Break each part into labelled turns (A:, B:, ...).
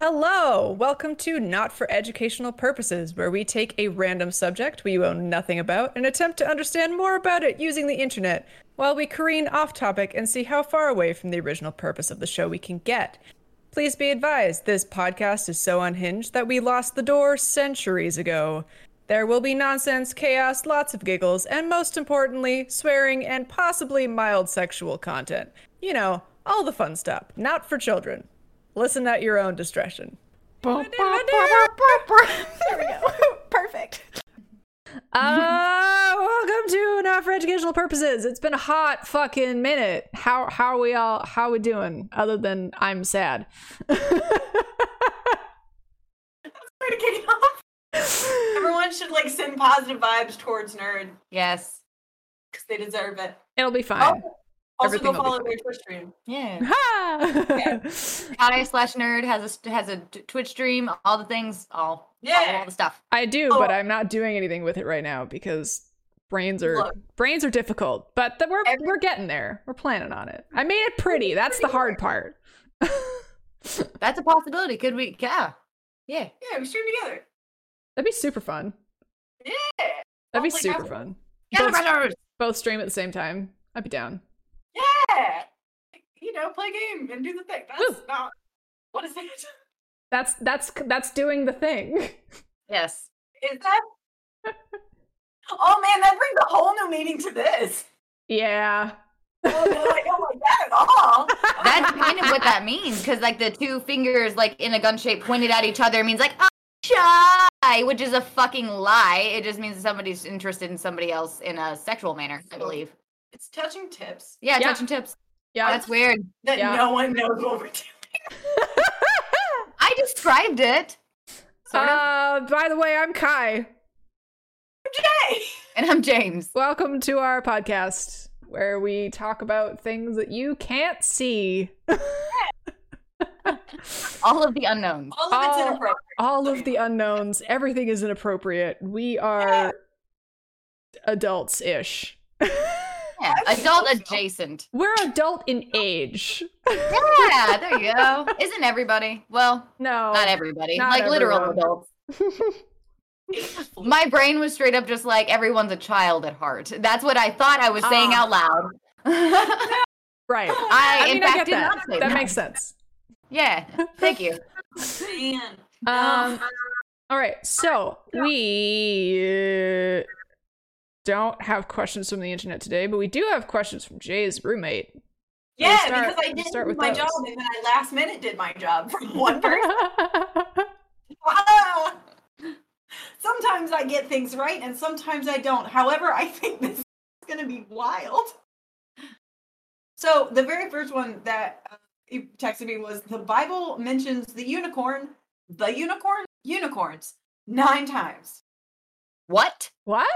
A: Hello, welcome to Not for Educational Purposes, where we take a random subject we own nothing about and attempt to understand more about it using the internet, while we careen off topic and see how far away from the original purpose of the show we can get. Please be advised, this podcast is so unhinged that we lost the door centuries ago. There will be nonsense, chaos, lots of giggles, and most importantly, swearing and possibly mild sexual content. You know, all the fun stuff. Not for children. Listen at your own discretion.
B: There we go. Perfect.
A: Uh, welcome to Not for Educational Purposes. It's been a hot fucking minute. How how are we all how we doing? Other than I'm sad.
C: way to kick it off. Everyone should like send positive vibes towards Nerd
B: Yes.
C: because they deserve it. Oh,
A: It'll be fine.
C: Also,
A: Everything
C: go
A: will be
C: follow their Twitch stream.
B: Yeah.
A: Ha!
C: Oh.
B: Kai slash nerd has a st- has a t- Twitch stream. All the things. All all,
C: Yeah.
B: all the stuff.
A: I do,
C: Oh.
A: but I'm not doing anything with it right now because brains are
C: Look.
A: brains are difficult. But th- we're
C: Every-
A: we're getting there. We're planning on it. I made it pretty. That's the hard part.
B: That's a possibility. Could we? Yeah. Yeah.
C: Yeah, we stream together.
A: That'd be super fun.
C: Yeah.
A: That'd be
C: Hopefully
A: super
C: that's-
A: fun.
B: Yeah.
A: Both,
B: Nerd.
A: both stream at the same time. I'd be down.
C: Yeah. You know, play a game and do the thing. That's
A: Woo.
C: not. What is that?
A: That's that's that's doing the thing.
B: Yes.
C: Is that? oh man, that brings a whole new meaning to this.
A: Yeah.
C: Oh no, I don't like that at all.
B: That's kind of what that means. Because like the two fingers like in a gun shape pointed at each other means like oh, shy, which is a fucking lie. It just means that somebody's interested in somebody else in a sexual manner. I believe.
C: It's touching tips
B: Yeah.
A: Yeah.
B: Touching tips.
A: Yeah.
B: That's weird.
C: that
A: Yeah.
C: no one knows what we're doing.
B: I described it. Sort of.
A: uh, by the way, I'm Kai.
C: Today.
B: And I'm James.
A: Welcome to our podcast where we talk about things that you can't see.
B: All of the unknowns.
C: All of it's
A: Oh.
C: inappropriate.
A: All of the unknowns, everything is inappropriate. We are adults ish.
B: Yeah. Adult adjacent.
A: We're adult in age.
B: Yeah, there you go. Isn't everybody? Well,
A: No.
B: not everybody.
A: Oh, not
B: like literal
A: everyone.
B: adults. My brain was straight up just like everyone's a child at heart. That's what I thought I was saying
A: Ah.
B: out loud. I,
A: right. I
B: in
A: mean, I
B: fact,
A: get
B: did
A: that.
B: not say
A: That
B: that.
A: makes sense.
B: Yeah, thank you.
C: Man.
A: Um, all right, so we uh, don't have questions from the internet today, but we do have questions from Jay's roommate.
C: Yeah,
A: start-
C: because I
A: we'll
C: didn't
A: start
C: do
A: with
C: my
A: those.
C: job and then I last minute did my job from one person.
A: yeah,
C: Ah! sometimes I get things right and sometimes I don't. However, I think this is going to be wild. So, the very first one that uh, you texted me was the Bible mentions the unicorn, the unicorn, unicorns nine times.
B: What?
A: what?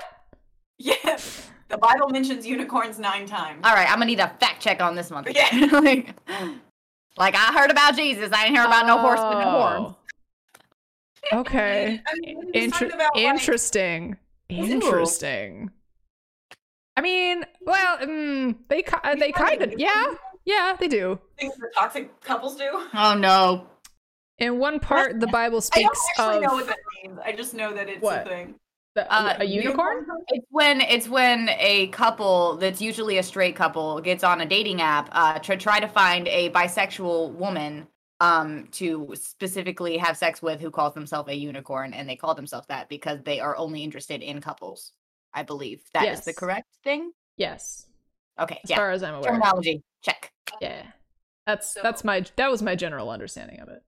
C: Yes, the Bible mentions unicorns nine times.
B: All right, I'm gonna need a fact check on this one.
C: Yeah.
B: like, like, I heard about Jesus. I didn't hear about no horse with no horn.
A: Oh. Okay.
C: I mean, we
A: Inter-
C: decided about, like,
A: interesting.
B: Ooh.
A: Interesting. I mean, well, mm, they ki- uh, they kind of yeah, yeah, they do.
C: things that toxic couples do.
B: Oh no.
A: In one part, the Bible
C: I don't
A: speaks
C: actually
A: of
C: know what that means. I just know that it's
A: What?
C: a thing.
A: the-
B: Uh,
A: a unicorn.
B: It's when it's when a couple that's usually a straight couple gets on a dating app uh, to try to find a bisexual woman um, to specifically have sex with who calls themselves a unicorn, and they call themselves that because they are only interested in couples. I believe that is the
A: Yes.
B: correct thing.
A: Yes,
B: Okay,
A: as
B: yeah.
A: far as I'm aware.
B: Terminology check.
A: yeah that's
C: So-
A: that's my that was my general understanding of it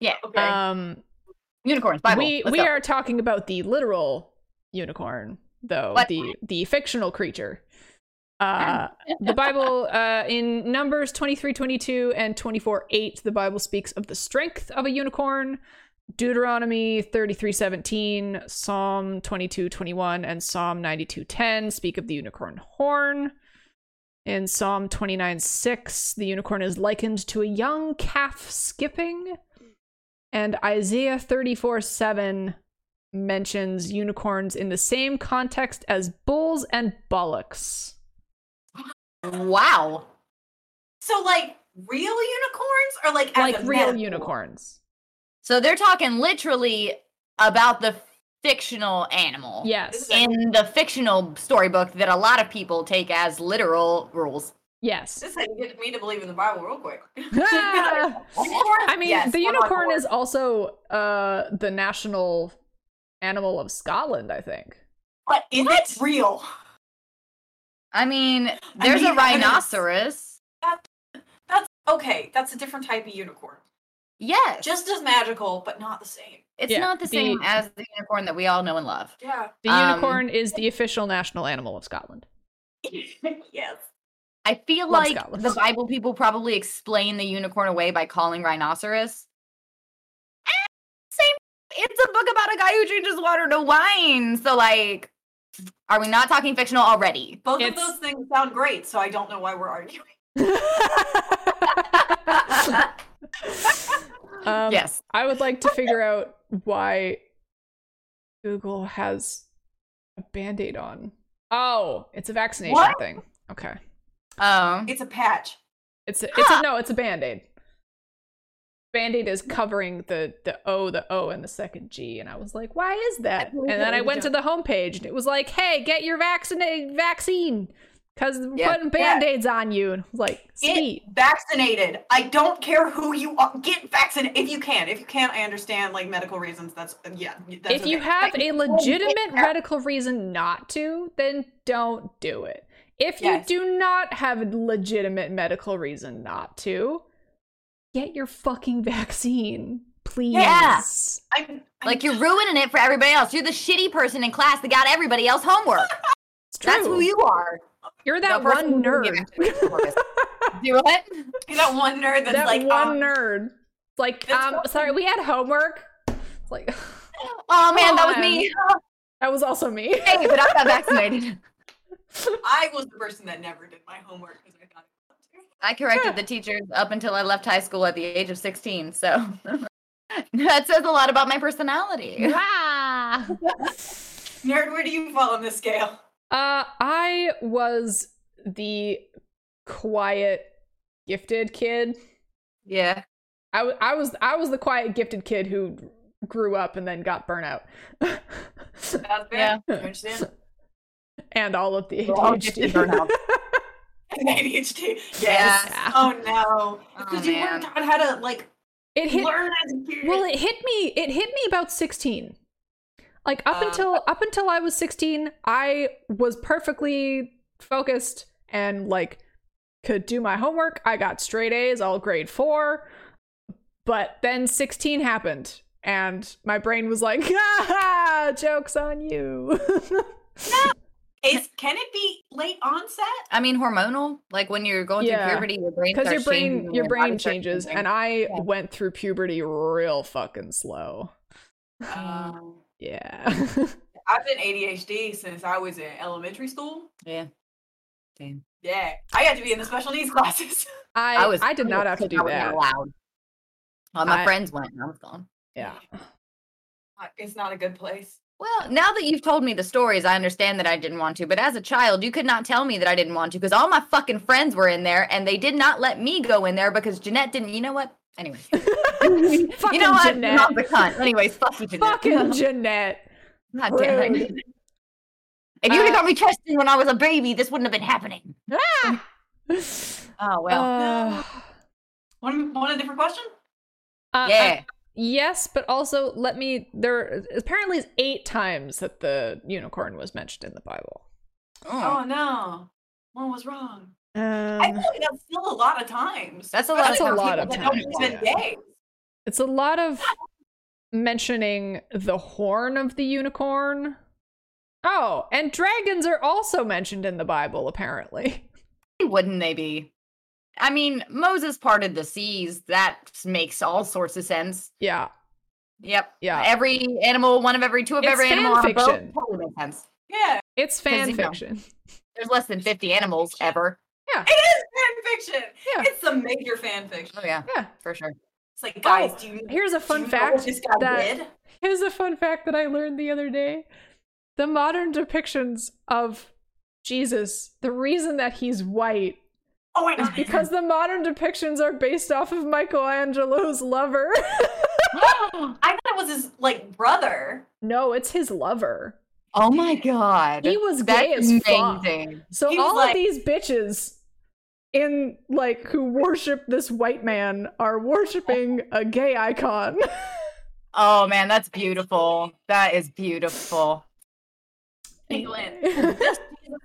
B: Yeah,
C: Okay.
A: um
B: unicorns. Bible.
A: we
B: Let's
A: we
B: go.
A: are talking about the literal unicorn though
B: What?
A: the the fictional creature uh the bible uh in numbers 23 22 and 24 8 the bible speaks of the strength of a unicorn deuteronomy 33 17 psalm 22 21 and psalm 92 10 speak of the unicorn horn in psalm 29 6 the unicorn is likened to a young calf skipping and isaiah 34 7 mentions unicorns in the same context as bulls and bullocks.
B: Wow.
C: So like real unicorns or like as
A: like
C: a
A: real
C: metaphor?
A: unicorns.
B: So they're talking literally about the fictional animal.
A: Yes.
B: In the fictional storybook that a lot of people take as literal rules.
A: Yes.
C: This thing get me to believe in the Bible real quick.
A: Ah! I mean,
B: Yes,
A: the
B: I'm on
A: unicorn
B: board.
A: is also uh the national animal of Scotland, I think.
C: But is
B: What?
C: it real?
B: I mean, there's
C: mean,
B: a
C: I mean, it's-
B: rhinoceros.
C: That's okay. That's a different type of unicorn.
B: Yes.
C: Just as magical, but not the same.
B: it's
A: yeah,
B: not the
A: the-
B: same as the unicorn that we all know and love.
C: Yeah.
A: The
B: Um,
A: unicorn is the official national animal of Scotland.
C: yes.
B: I feel
A: Love
B: like
A: Scotland.
B: the Bible people probably explain the unicorn away by calling rhinoceros. Eh, Same. It's a book about a guy who changes water to wine. So, like, are we not talking fictional already?
C: Both of
A: It's-
C: those things sound great, so I don't know why we're arguing.
A: Um,
B: yes.
A: I would like to figure out why Google has a band aid on. Oh, it's a vaccination
B: What?
A: thing. Okay.
B: Um.
C: It's a patch.
A: It's a, it's a, no, it's a band aid. Band aid is covering the the O, the O, and the second G, and I was like, why is that?
B: believe
A: And then
B: it,
A: I
B: we
A: went to the homepage, and it was like, hey, get your vaccinated vaccine because we're
B: Yeah.
A: putting band aids on you, and I was like,
C: Get
A: sweet.
C: vaccinated. I don't care who you are. Get vaccinated if you can. If you can't, I understand like medical reasons. That's yeah. That's
A: if you
C: okay.
A: have a legitimate
B: yeah.
A: medical reason not to, then don't do it. If
C: Yes.
A: you do not have a legitimate medical reason not to, get your fucking vaccine, please.
B: Yeah.
C: I'm, I'm
B: Like you're ruining it for everybody else. You're the shitty person in class that got everybody else homework.
A: It's true.
B: That's who you are.
A: You're that
B: The person
A: one
B: who
A: nerd.
B: didn't get vaccinated for us. Do what?
C: you're that one nerd that's
A: That
C: like
A: one
C: um,
A: nerd. It's Like,
C: that's
A: um,
C: what-
A: sorry, we had homework. It's like
B: Oh man, that was
A: on.
B: me.
A: that was also me.
B: Hey, but I got vaccinated.
C: I was the person that never did my homework because I thought it was
B: I corrected the teachers up until I left high school at the age of 16. So that says a lot about my personality.
A: Ah.
C: up to. Nerd, where do you fall on the scale?
A: Uh, I was the quiet, gifted kid.
B: Yeah.
A: I, w- I was I was the quiet, gifted kid who grew up and then got burnout,
C: That's fair.
B: Yeah.
C: You understand?
A: and all of the
B: We're all gifted
A: ADHD.
B: burnout.
C: ADHD. Yes.
B: Yeah.
C: Oh no. Because you
B: man.
C: weren't taught how to like
A: it hit
C: learn as a kid.
A: Well, it hit me. It hit me about sixteen. Like up
C: Uh,
A: until up until I was sixteen, I was perfectly focused and like could do my homework. I got straight A's, all grade four. But then sixteen happened, and my brain was like, ah, "Jokes on you."
C: Is can it be late onset?
B: I mean, hormonal. Like when you're going
A: Yeah.
B: through puberty, your brain
A: Because your
B: starts changing
A: brain
B: and
A: your brain
B: body starts
A: changes,
B: changing.
A: and I
B: Yeah.
A: went through puberty real fucking slow.
C: Um,
A: Yeah.
C: I've been ADHD since I was in elementary school.
B: yeah. Damn.
C: Yeah, I got to be in the special needs classes.
A: I I, did not have to do
B: I was
A: that.
B: allowed. Well, my
A: I-
B: friends went. and I was gone.
A: Yeah.
C: Uh, It's not a good place.
B: Well, now that you've told me the stories, I understand that I didn't want to. But as a child, you could not tell me that I didn't want to because all my fucking friends were in there, and they did not let me go in there because Jeanette didn't. You know what? Anyway,
A: Fucking
B: you know what?
A: Jeanette.
B: Not the cunt. Anyways, fuck you, Jeanette.
A: Fucking Jeanette.
B: God damn it.
A: rude.
B: If you'd
A: Uh,
B: have got me Tristan when I was a baby, this wouldn't have been happening.
A: Ah!
B: Oh well.
C: Want want a different question?
A: Uh,
B: yeah.
A: uh, yes, but also let me. There apparently is eight times that the unicorn was mentioned in the Bible.
B: Mm.
C: Oh no, one was wrong. I feel
A: Um,
C: like that's still a lot of times.
B: That's a lot
A: That's
B: of
A: a
B: times
A: lot
B: people
A: of
B: that
C: That
B: don't
C: don't
A: times,
B: want
C: even
B: it.
A: yeah.
C: days.
A: it's a lot of mentioning the horn of the unicorn. Oh, and dragons are also mentioned in the Bible, apparently.
B: Why Wouldn't they be? I mean, Moses parted the seas. That makes all sorts of sense.
A: Yeah,
B: Yep.
A: yeah.
B: Every animal, one of every two of
A: It's
B: every
A: fan
B: animal on a boat.
A: fiction.
B: Totally makes sense.
C: Yeah,
A: It's fan
B: you know.
A: fiction.
B: There's less than 50 animals ever.
C: it is fan fiction.
A: Yeah.
C: It's some major fan fiction.
B: Oh yeah,
A: Yeah.
B: for sure.
C: It's like, guys, do you, do
A: Here's a fun
C: you know what
A: fact
C: this guy
A: that
C: did?
A: Here's a fun fact that I learned the other day. The modern depictions of Jesus, the reason that he's white
C: Oh, wait,
A: is because the modern depictions are based off of Michelangelo's lover.
B: oh
C: I thought it was his like brother.
A: No, it's his lover.
B: Oh my god.
A: He was gay
B: That's
A: as fuck.
B: amazing.
A: So
C: He was
A: all of
C: like-
A: these bitches in like who worship this white man are worshiping a gay icon.
B: Oh man, that's beautiful. That is beautiful.
C: England. This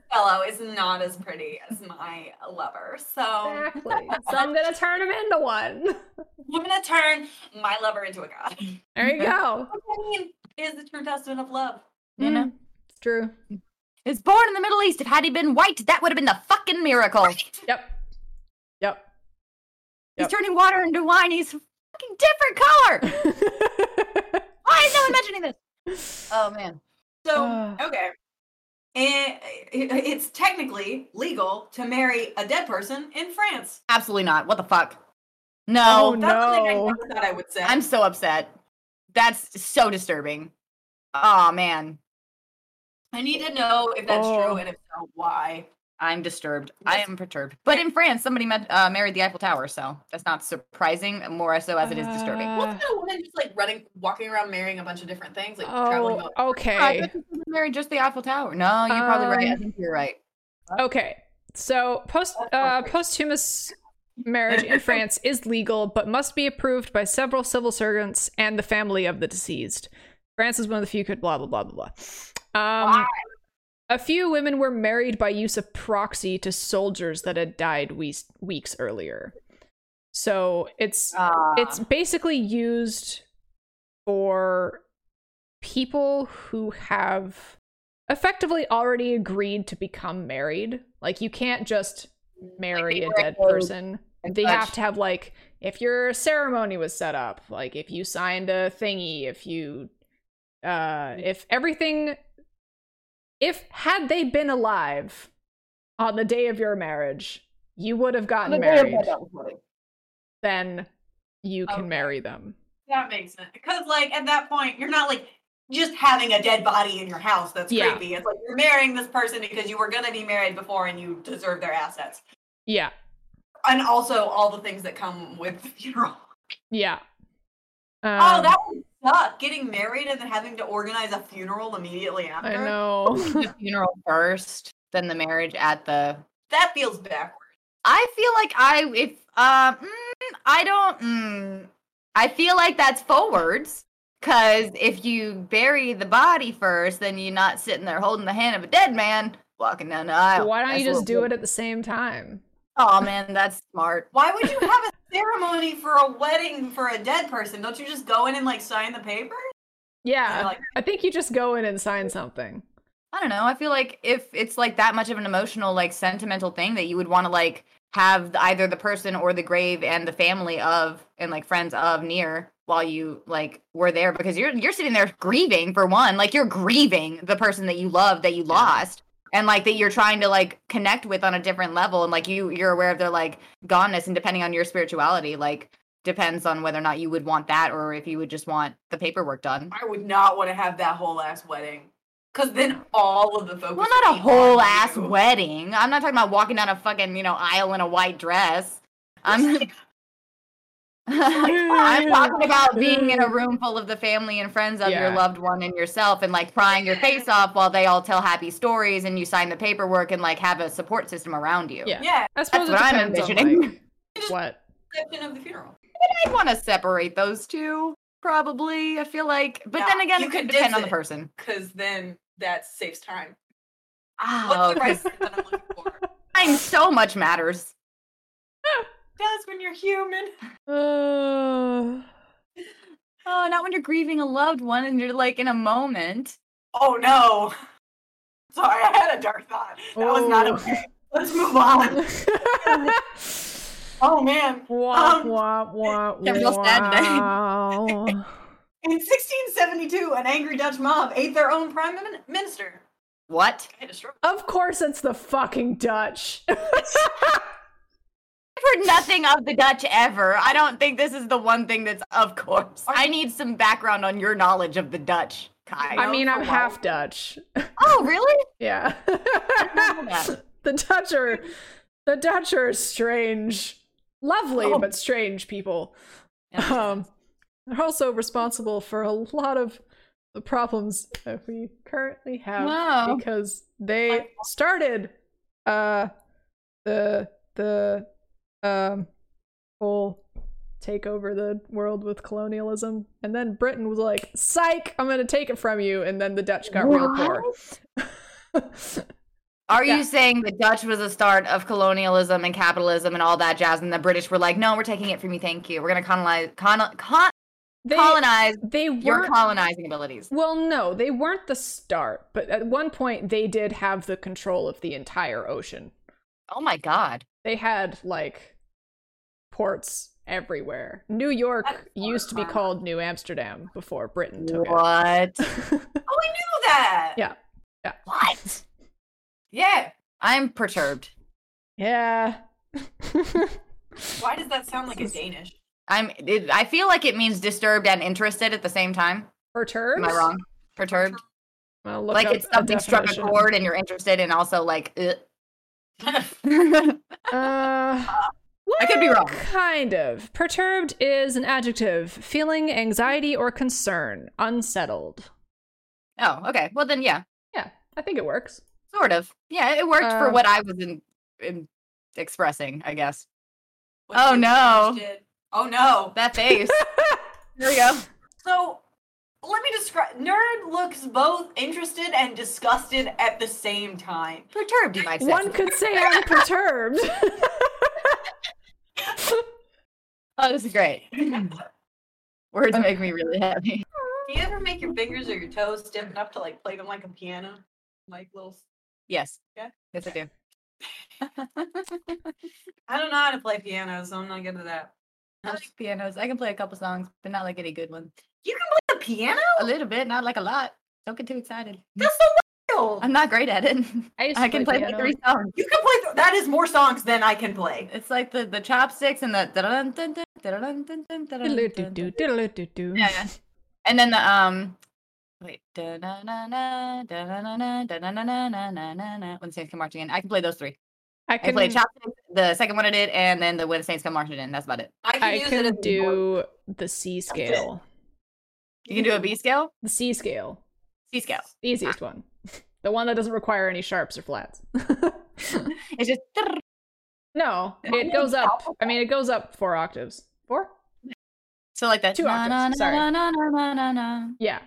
C: fellow is not as pretty as my lover. So
A: exactly. So I'm gonna turn him into one.
C: I'm gonna turn my lover into a god.
A: There you go.
C: What I mean is the true testament of love.
A: Mm.
B: You know?
A: It's true.
B: Is born in the Middle East. If had he been white, that would have been the fucking miracle.
A: Yep. Yep. Yep.
B: He's turning water into wine. He's a fucking different color. Why is no one mentioning this? Oh man.
C: So
A: Ugh.
C: okay, and it's technically legal to marry a dead person in France.
B: Absolutely not. What the fuck? No.
A: Oh,
C: That's something I
A: No.
C: never thought I would say.
B: I'm so upset. That's so disturbing. Oh man.
C: I need to know if that's
A: Oh.
C: true and if so, why.
B: I'm disturbed. I am perturbed. But in France, somebody met, uh, married the Eiffel Tower, so that's not surprising. More so as it is disturbing.
A: Uh,
C: What's that woman just like running, walking around, marrying a bunch of different things, like traveling?
A: Oh,
C: all-
B: I
A: okay.
B: thought you married just the Eiffel Tower. No, you're probably right. I
A: Um,
B: think you're right.
A: Okay. So post uh, posthumous marriage in France is legal, but must be approved by several civil servants and the family of the deceased. France is one of the few could blah blah blah blah blah. Um,
B: Why?
A: a few women were married by use of proxy to soldiers that had died we- weeks earlier. So it's
B: Uh,
A: it's basically used for people who have effectively already agreed to become married. Like you can't just marry a
B: were
A: dead
B: engaged
A: person.
B: and
A: They
B: such.
A: have to have like if your ceremony was set up, like if you signed a thingy, if you uh
B: Mm-hmm.
A: if everything if had they been alive on the day of your marriage, you would have gotten married then you can
C: Okay.
A: marry them.
C: That makes sense because, like, at that point, you're not like just having a dead body in your house. That's
A: Yeah.
C: creepy. It's like you're marrying this person because you were gonna be married before and you deserve their assets,
A: Yeah.
C: and also all the things that come with the funeral.
A: Yeah.
C: oh,
A: Um,
C: that would suck. Getting married and then having to organize a funeral immediately after.
A: I know.
B: the funeral first, then the marriage at the.
C: That feels backwards.
B: I feel like I if um mm, I don't. Mm, I feel like that's forwards because if you bury the body first, then you're not sitting there holding the hand of a dead man walking down the aisle.
A: Why don't you
B: That's
A: just
B: a little
A: do it at the same time?
B: Oh man, that's smart.
C: Why would you have a ceremony for a wedding for a dead person? Don't you just go in and like sign the paper?
A: Yeah.
C: like-
A: I think you just go in and sign something.
B: I don't know. I feel like if it's like that much of an emotional, like sentimental thing that you would want to like have the- either the person or the grave and the family of and like friends of near while you like were there because you're you're sitting there grieving for one, like you're grieving the person that you love that you lost and like that you're trying to like connect with on a different level and like you you're aware of their like goneness and depending on your spirituality like depends on whether or not you would want that or if you would just want the paperwork done.
C: I would not want to have that whole ass wedding. Cause then all of the focus.
B: Well,
C: would
B: not a
C: be
B: whole
C: on
B: ass
C: you.
B: wedding. I'm not talking about walking down a fucking, you know, aisle in a white dress. I'm I'm talking about being in a room full of the family and friends of
A: Yeah.
B: your loved one and yourself and like crying your face off while they all tell happy stories and you sign the paperwork and like have a support system around you.
A: Yeah.
C: Yeah,
A: I suppose
B: what
A: it
B: I'm
A: depends on,
B: envisioning.
A: like, what.
C: exception of the funeral.
B: I'd want to separate those two probably. I feel like but
C: No,
B: then again
C: you
B: it
C: could
B: could depend on the
C: visit.
B: person.
C: Cause then that saves time.
B: Oh,
C: What's the right that I'm looking for?
B: time so much matters.
C: Does when you're human.
A: Uh,
B: Oh, not when you're grieving a loved one and you're like in a moment.
C: Oh no. Sorry, I had a dark thought. That was not
A: Oh.
C: okay. Let's move on. Oh man.
A: wah,
C: Um,
A: wah, wah,
B: they're real sad today.
A: wow.
C: In 1672, an angry Dutch mob ate their own prime min- minister.
B: What?
C: I had a stroke.
A: Of course, it's the fucking Dutch.
B: I've heard nothing of the Dutch ever. I don't think this is the one thing that's of course. I need some background on your knowledge of the Dutch, Kai.
A: I mean,
C: for
A: I'm
C: a while.
A: half Dutch.
B: oh, really?
A: Yeah.
B: that.
A: the Dutch are the Dutch are strange. Lovely
C: Oh.
A: but strange people.
B: Yeah.
A: Um They're also responsible for a lot of the problems that we currently have
B: Wow.
A: because they started uh the the um whole take over the world with colonialism and then Britain was like, "Psych, I'm going to take it from you." And then the Dutch got real poor.
B: Are
A: Yeah.
B: you saying the Dutch was the start of colonialism and capitalism and all that jazz, and the British were like, "No, we're taking it from you. Thank you. We're gonna colonize, con- con-
A: they
B: colonize
A: they
B: your
A: were
B: colonizing abilities."
A: Well, no, they weren't the start, but at one point they did have the control of the entire ocean.
B: Oh my god.
A: They had like ports everywhere. New York
C: That's
A: used to be
C: horrifying.
A: called New Amsterdam before Britain took
B: What?
A: it.
C: Oh, I knew that.
A: Yeah.
B: What?
C: Yeah.
B: I'm perturbed.
A: yeah.
C: Why does that sound like a Danish?
B: I'm. It, I feel like it means disturbed and interested at the same time.
A: Perturbed?
B: Am I wrong? Perturbed.
A: Well, look
B: like
A: up
B: it's something struck a
A: definition.
B: chord and you're interested, and also like. ugh.
A: Uh,
B: I could be
A: well,
B: wrong.
A: Kind of. Perturbed is an adjective, feeling anxiety or concern, unsettled.
B: oh, okay. Well then, yeah,
A: Yeah, I think it works.
B: sort of. Yeah, it worked
A: Uh,
B: for what I was in, in expressing, I guess.
C: What
B: Oh,
C: the
B: no.
C: Danish did. Oh no.
B: That face. there we go.
C: So let me describe. Nerd looks both interested and disgusted at the same time.
B: Perturbed, you might say.
A: One could say I'm perturbed.
B: Oh, this is great. Words make me really happy.
C: Do you ever make your fingers or your toes stiff enough to like play them like a piano? Like little. s-
B: Yes.
C: Yeah.
B: Yes, I do.
C: I don't know how to play piano, so I'm not good at that.
B: I like pianos. I can play a couple songs, but not like any good ones.
C: You can play the piano?
B: A little bit, not like a lot. Don't get too excited.
C: That's so wild.
B: I'm not great at it.
A: used to
B: I can play like
A: piano.
B: three songs.
C: You can play. Th- that is more songs than I can play.
B: It's like the the chopsticks and the dun dun dun dun dun dun dun dun
A: Diddle-doo-doo, diddle-doo-doo.
B: Yeah, yeah. And then the um wait da na na na da na na na da na na na na na na na when the saints come marching in. I can play those three.
A: I
B: I can play
A: can,
B: chopsticks, the second one I did, and then the when the saints come marching in. That's about it.
C: I can,
A: I
C: use it
A: can
C: as a board.
A: do the C scale.
B: You can do a B scale,
A: The C scale.
B: C scale.
A: The easiest one. The one that doesn't require any sharps or flats.
B: It's just
A: no,
C: Okay.
A: it goes up. I mean, it goes up four octaves. Four?
B: so like that.
A: Two
B: na, na,
A: octaves,
B: na,
A: sorry.
B: na, na, na, na, na.
A: Yeah,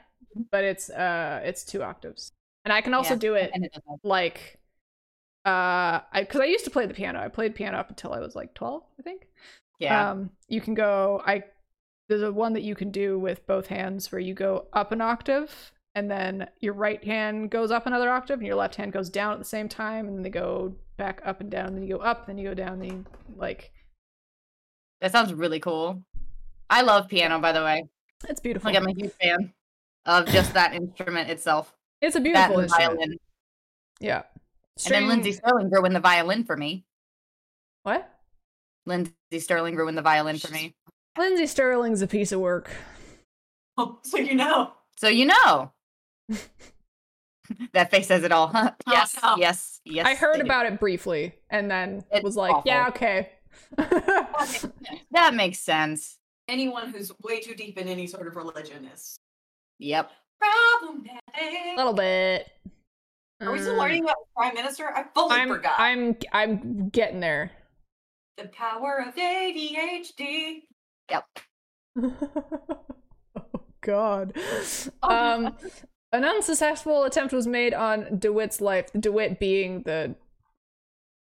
A: but it's uh, it's two octaves. And I can also
B: Yeah,
A: do it
B: And it does that.
A: like uh i because i used to play the piano i played piano up until i was like 12 i think
B: Yeah.
A: um you can go i there's a one that you can do with both hands where you go up an octave and then your right hand goes up another octave and your left hand goes down at the same time and they go back up and down and then you go up then you go down then you like
B: that sounds really cool. I love piano, by the way.
A: it's beautiful
B: Like I'm a huge fan of just that instrument itself.
A: it's a
B: That
A: beautiful
B: and
A: instrument
B: violin.
A: yeah
B: And then Lindsay Sterling ruined the violin for me.
A: what
B: Lindsay Sterling ruined the violin for me.
A: lindsay sterling's a piece of work
C: Oh, so you know.
B: So you know. that face says it all. huh?
C: Yes.
B: Yes. Yes.
A: i heard
B: they do.
A: about it briefly and then
B: It's
A: was like yeah okay
B: that makes sense.
C: Anyone who's way too deep in any sort of religion is
B: Yep.
A: A
C: problematic.
A: little bit.
C: Are we still
A: Mm.
C: learning about the prime minister? I fully
A: I'm,
C: forgot.
A: I'm, I'm getting there.
C: the power of ADHD.
A: oh God.
C: Oh,
A: Um, an unsuccessful attempt was made on DeWitt's life. DeWitt being the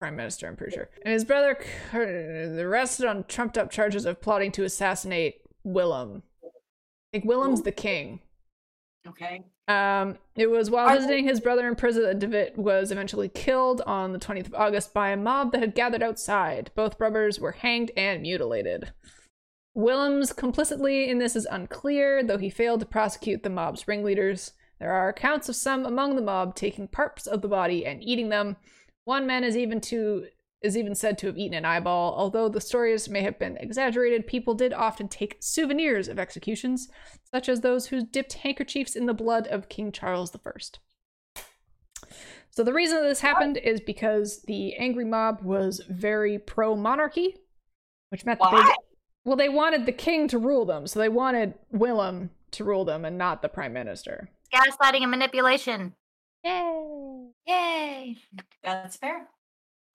A: prime minister, I'm pretty sure, and his brother Cur- arrested on trumped-up charges of plotting to assassinate Willem. I think Willem's the king.
C: Okay.
A: Um, it was while
C: Are-
A: visiting his brother in prison that DeWitt was eventually killed on the 20th of August by a mob that had gathered outside. Both brothers were hanged and mutilated. Willem's complicity in this is unclear, though he failed to prosecute the mob's ringleaders. There are accounts of some among the mob taking parts of the body and eating them. One man is even to is even said to have eaten an eyeball. Although the stories may have been exaggerated, people did often take souvenirs of executions such as those who dipped handkerchiefs in the blood of King Charles I. So the reason that this happened is because the angry mob was very pro monarchy, which meant that
C: Why?
A: they, Well, they wanted the king to rule them, so they wanted Willem to rule them and not the prime minister.
B: Gaslighting and manipulation.
A: Yay!
B: Yay.
C: That's fair.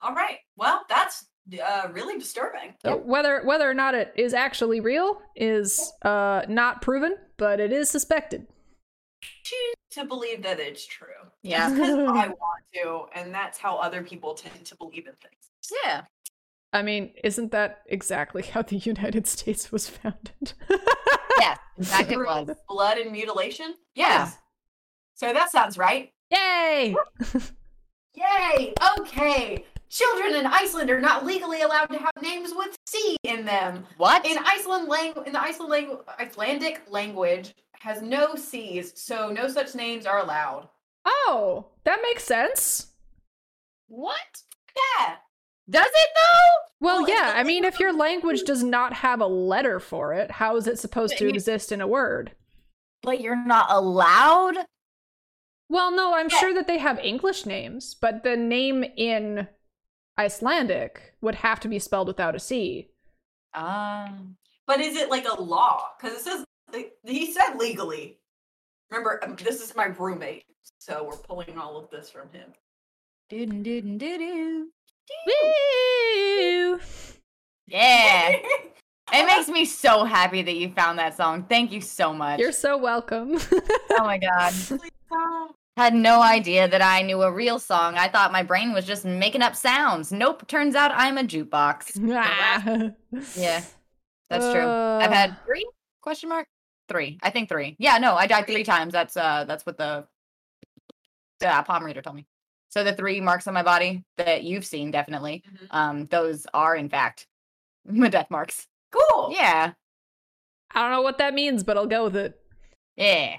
C: All right. Well, that's uh, really disturbing.
A: So whether whether or not it is actually real is uh, not proven, but it is suspected.
C: Choose to believe that it's true.
B: Yeah.
C: Because I want to, and that's how other people tend to believe in things.
B: Yeah.
A: I mean, isn't that exactly how the United States was founded?
B: Yes. In fact, it
C: Through
B: was.
C: Blood and mutilation?
B: Yeah.
C: Yes. So that sounds right.
A: Yay!
C: Yay! Okay. Children in Iceland are not legally allowed to have names with C in them.
B: What?
C: In Iceland lang- in the Iceland lang- Icelandic language has no C's, so no such names are allowed.
A: Oh, that makes sense.
B: what?
C: Yeah.
B: Does it though?
A: Well,
C: Well,
A: yeah,
C: it's
A: I mean, if your language does not have a letter for it, how is it supposed
B: But
A: to
B: you-
A: exist in a word?
B: But you're not allowed.
A: Well, no, I'm
B: Yeah.
A: sure that they have English names, but the name in Icelandic would have to be spelled without a C.
B: Um.
C: But is it like a law? Because it says like, he said legally. Remember, um, this is my roommate, so we're pulling all of this from him.
B: Doo doo doo doo.
A: Woo!
B: Yeah. It makes me so happy that you found that song. Thank you so much.
A: You're so welcome.
B: oh my god.
C: Um,
B: Had no idea that I knew a real song. I thought my brain was just making up sounds. Nope, turns out I'm a jukebox.
A: Ah.
B: Yeah, That's true.
A: Uh.
B: I've had three question mark? Three. I think three. Yeah, no, I died three times. That's uh that's what the uh, palm reader told me. So the three marks on my body that you've seen definitely,
C: Mhm.
B: um, those are in fact my death marks.
C: Cool.
B: Yeah.
A: I don't know what that means, but I'll go with it.
B: Yeah.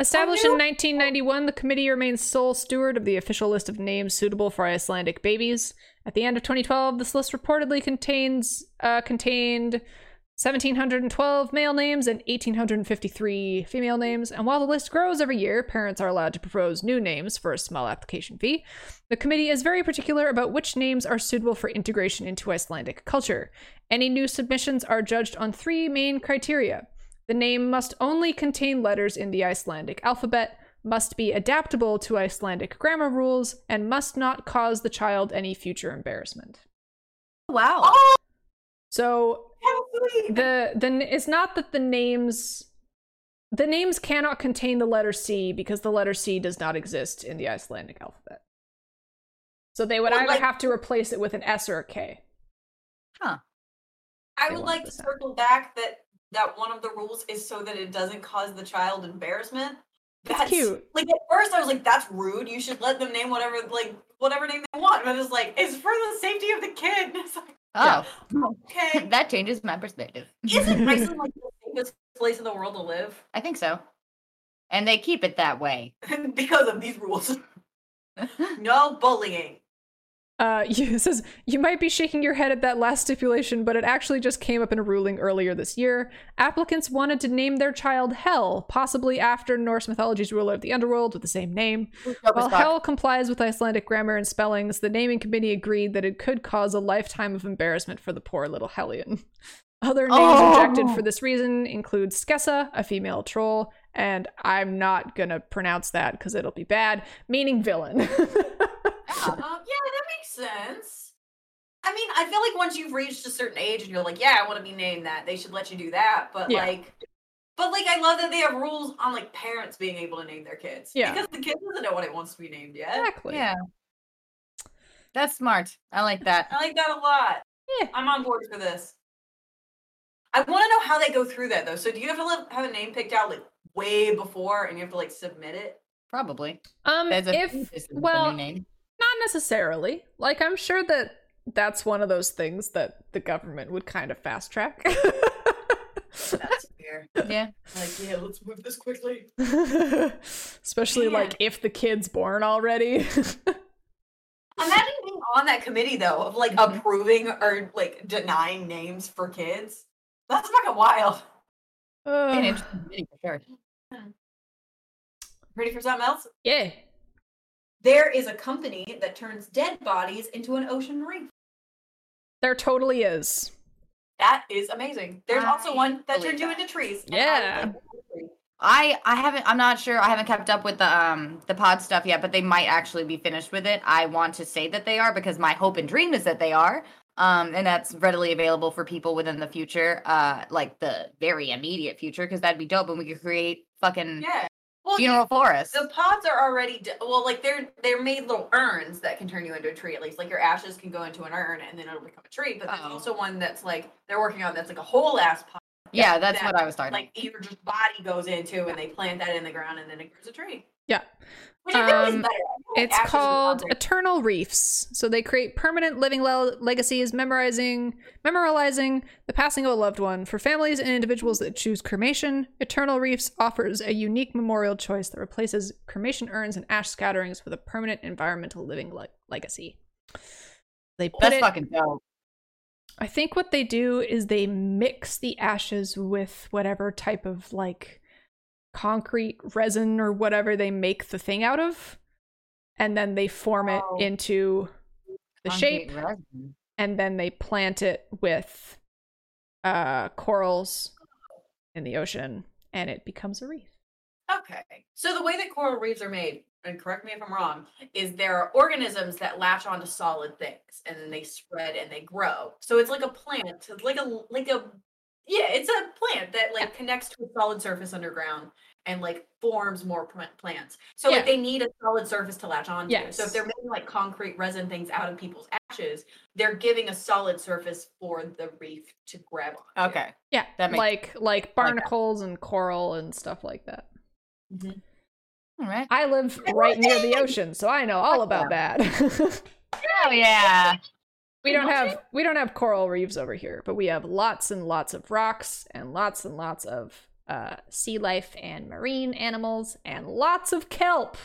A: Established
C: Oh,
A: in
C: no.
A: 1991, the committee remains sole steward of the official list of names suitable for Icelandic babies. At the end of 2012, this list reportedly contains uh, contained 1,712 male names and 1,853 female names. And while the list grows every year, parents are allowed to propose new names for a small application fee. The committee is very particular about which names are suitable for integration into Icelandic culture. Any new submissions are judged on three main criteria. The name must only contain letters in the Icelandic alphabet, must be adaptable to Icelandic grammar rules, and must not cause the child any future embarrassment.
B: Wow.
C: Oh,
A: So
C: how sweet.
A: the the n- it's not that the names the names cannot contain the letter C because the letter C does not exist in the Icelandic alphabet. So they would
C: Well,
A: either
C: like-
A: have to replace it with an S or a K.
C: I
A: they
C: would
A: wanted
C: like to
A: this out.
C: circle back that that one of the rules is so that it doesn't cause the child embarrassment.
A: That's cute.
C: Like at first, I was like, "That's rude. You should let them name whatever, like whatever name they want." But it's like, it's for the safety of the kid. It's like,
B: Oh.
C: okay,
B: that changes my perspective.
C: isn't Iceland like the safest place in the world to live
B: I think so. And they keep it that way.
C: because of these rules? No bullying.
A: Uh, you, it says you might be shaking your head at that last stipulation, but it actually just came up in a ruling earlier this year. Applicants wanted to name their child Hell, possibly after Norse mythology's ruler of the underworld with the same name. While Hell complies with Icelandic grammar and spellings, the naming committee agreed that it could cause a lifetime of embarrassment for the poor little Hellion. Other names
B: Oh.
A: rejected for this reason include Skessa, a female troll, and I'm not gonna pronounce that because it'll be bad, meaning villain.
C: Um, yeah, that makes sense. I mean, I feel like once you've reached a certain age and you're like, yeah, I want to be named that, they should let you do that. But
A: Yeah.
C: like, but like, I love that they have rules on like parents being able to name their kids.
A: Yeah.
C: because the kid doesn't know what it wants to be named yet.
A: exactly.
B: Yeah. That's smart. I like that.
C: I like that a lot.
A: Yeah.
C: I'm on board for this. I want to know how they go through that though. So do you have to li- have a name picked out like way before, and you have to like submit it?
B: Probably.
A: Um,
B: There's a
A: if
B: this is the new
A: well, not
B: name.
A: necessarily. Like, I'm sure that that's one of those things that the government would kind of fast track.
C: That's fair.
B: Yeah.
C: Like, yeah, let's move this quickly.
A: Especially
C: Man.
A: like if the kid's born already.
C: Imagine being on that committee though, of like
B: Mhm.
C: approving or like denying names for kids. That's fucking wild.
B: Be An
A: Ugh.
B: interesting video for sure.
C: Ready for something else?
A: yeah.
C: There is a company that turns dead bodies into an ocean reef.
A: There totally is.
C: That is amazing. There's also
B: I
C: one that
B: believe
C: turned you
B: that.
C: into trees. and I
A: Yeah.
C: was like, "Okay."
B: I I haven't I'm not sure I haven't kept up with the um the pod stuff yet, but they might actually be finished with it. I want to say that they are because my hope and dream is that they are. Um and that's readily available for people within the future, uh like the very immediate future because that'd be dope and we could create fucking
C: Yeah. Well, you know,
B: funeral forests.
C: the pods are already d- well, like they're they're made little urns that can turn you into a tree. At least, like your ashes can go into an urn and then it'll become a tree. But there's
B: Oh.
C: also one that's like they're working on that's like a whole ass pod.
B: yeah, that's
C: that,
B: what I was talking
C: Like your just body goes into, and they plant that in the ground, and then it grows a tree.
A: Yeah.
C: Which I think
A: Um,
C: is better. I feel like
A: It's
C: ashes is
A: called
C: awesome.
A: Eternal Reefs. So they create permanent living le- legacies, memorizing, memorializing the passing of a loved one. For families and individuals that choose cremation, Eternal Reefs offers a unique memorial choice that replaces cremation urns and ash scatterings with a permanent environmental living le- legacy. They put
B: That's
A: it,
B: fucking dope.
A: I think what they do is they mix the ashes with whatever type of like concrete resin or whatever they make the thing out of. And then they form it
C: Oh.
A: into the shape
B: Concrete resin.
A: and then they plant it with uh corals in the ocean and it becomes a reef.
C: Okay. So the way that coral reefs are made, and correct me if I'm wrong, is there are organisms that latch onto solid things and then they spread and they grow. So it's like a plant. It's like a like a yeah, it's a plant that like connects to a solid surface underground and like forms more pla- plants. So
A: Yeah.
C: like they need a solid surface to latch onto. So
A: Yes.
C: if they're making like concrete resin things out of people's ashes, they're giving a solid surface for the reef to grab on.
B: Okay.
A: Yeah.
B: That makes-
A: like like
B: that.
A: barnacles and coral and stuff like that.
B: All right.
A: I live right near the ocean, so I know all about that.
B: Oh yeah.
A: we
C: Wait,
A: don't
C: what?
A: have we don't have coral reefs over here, but we have lots and lots of rocks and lots and lots of uh, sea life and marine animals and lots of kelp.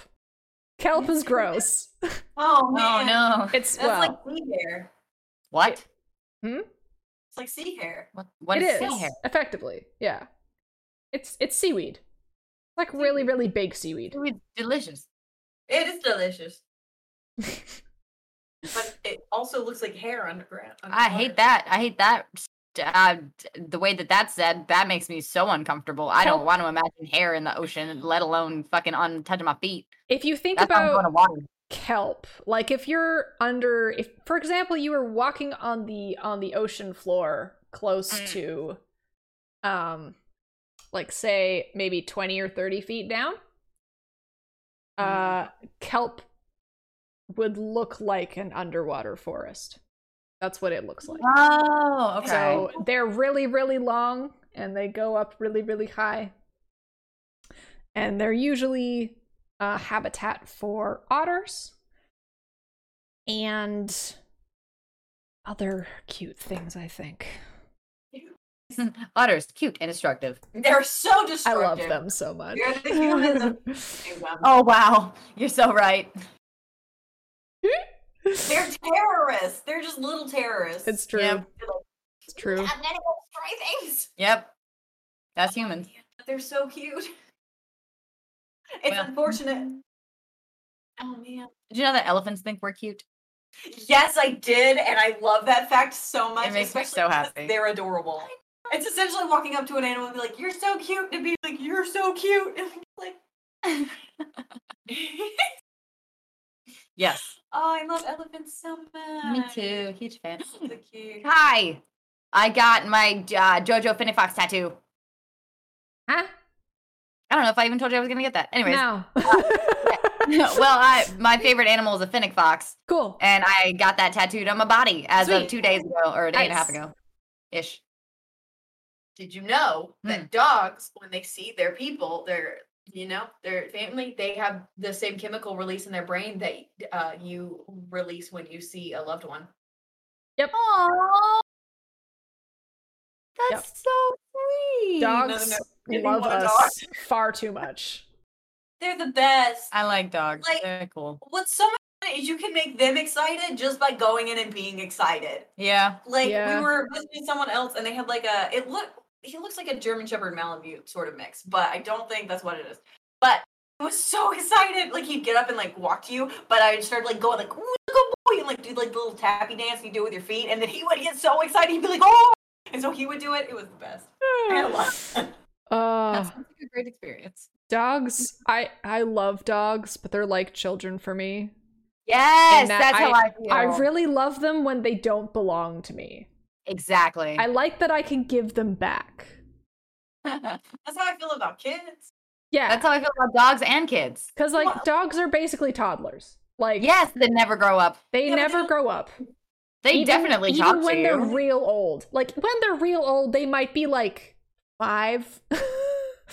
A: Kelp is gross.
C: Oh
B: Oh
C: man.
B: no.
A: It's
C: That's
A: well,
C: like sea hair.
B: What?
C: It's like sea hair.
B: What what
A: it
B: is
A: is
B: sea hair?
A: effectively, yeah. It's it's seaweed, like really really big seaweed.
B: Ooh, it's delicious.
C: It is delicious, but it also looks like hair underground.
B: I hate that. I hate that. st- Uh, d- the way that that's said, that makes me so uncomfortable. I
A: Kelp-
B: don't want to imagine hair in the ocean, let alone fucking on touching my feet.
A: if you think
B: That's why I'm
A: about
B: going to water.
A: kelp like if you're under if for example you were walking on the on the ocean floor close
B: Mm.
A: to um like say maybe 20 or 30 feet down uh kelp would look like an underwater forest that's what it looks like
B: Oh, okay.
A: so they're really really long and they go up really really high and they're usually a habitat for otters and other cute things i think
B: Otters, cute and destructive.
C: They're so
A: i
C: destructive.
A: love them so much
C: They're the humans of Kingdom.
B: Oh wow, you're so right.
C: They're terrorists. They're just little terrorists.
A: it's true
B: Yeah.
A: it's true
C: And then it will destroy things.
B: Yep, that's humans.
C: They're so cute. It's
B: Well.
C: unfortunate. Oh man.
B: Did you know that elephants think we're cute?
C: Yes, I did, and I love that fact so much.
B: makes me
C: especially
B: so
C: because
B: happy.
C: They're adorable. It's essentially walking up to an animal and be like, "You're so cute," and be like, "You're so cute," and like.
B: Yes.
C: Oh, I love elephants so much.
B: Me too. Huge fan.
C: So cute.
B: Hi, I got my uh, JoJo Finnick Fox tattoo.
A: huh
B: I don't know if I even told you I was gonna get that. Anyways,
A: no
C: Uh,
B: well, I my favorite animal is a finnick fox,
A: cool
B: and I got that tattooed on my body as
A: Sweet.
B: of two days ago or a day and a half
A: Nice.
B: ago, ish.
C: Did you know that dogs, when they see their people, their you know their family, they have the same chemical release in their brain that uh, you release when you see a loved one.
B: Aww,
A: Yep.
B: that's so sweet.
A: dogs
C: Maybe
A: love
C: one dog.
A: us far too much
C: They're the best.
B: I like dogs.
C: Like-
B: They're cool.
C: What's so much fun is you can make them excited just by going in and being excited.
B: Yeah.
C: Like
A: Yeah.
C: we were visiting someone else, and they had like a it looked he looks like a German Shepherd Malamute sort of mix, but I don't think that's what it is. But I was so excited, like he'd get up and like walk to you, but I just started like going like "Ooh, look a boy and like do like the little tappy dance you do with your feet, and then he would get so excited, he'd be like oh, And so he would do it. It was the best. I love it.
A: Uh,
B: That sounds like a great experience.
A: dogs. I I love dogs, but they're like children for me.
B: Yes,
A: that
B: that's how I feel.
A: I really love them when they don't belong to me.
B: exactly.
A: I like that I can give them back.
C: That's how I feel about kids.
A: Yeah,
B: that's how I feel about dogs and kids.
A: because like
C: Well-
A: dogs are basically toddlers. Like
B: Yes, that never grow up.
A: they
C: Yeah, but
A: never
C: they-
A: grow up.
B: They
A: Even-
B: definitely
A: even
B: talk
A: when
B: to
A: they're
B: you.
A: real old. Like when they're real old, they might be like five.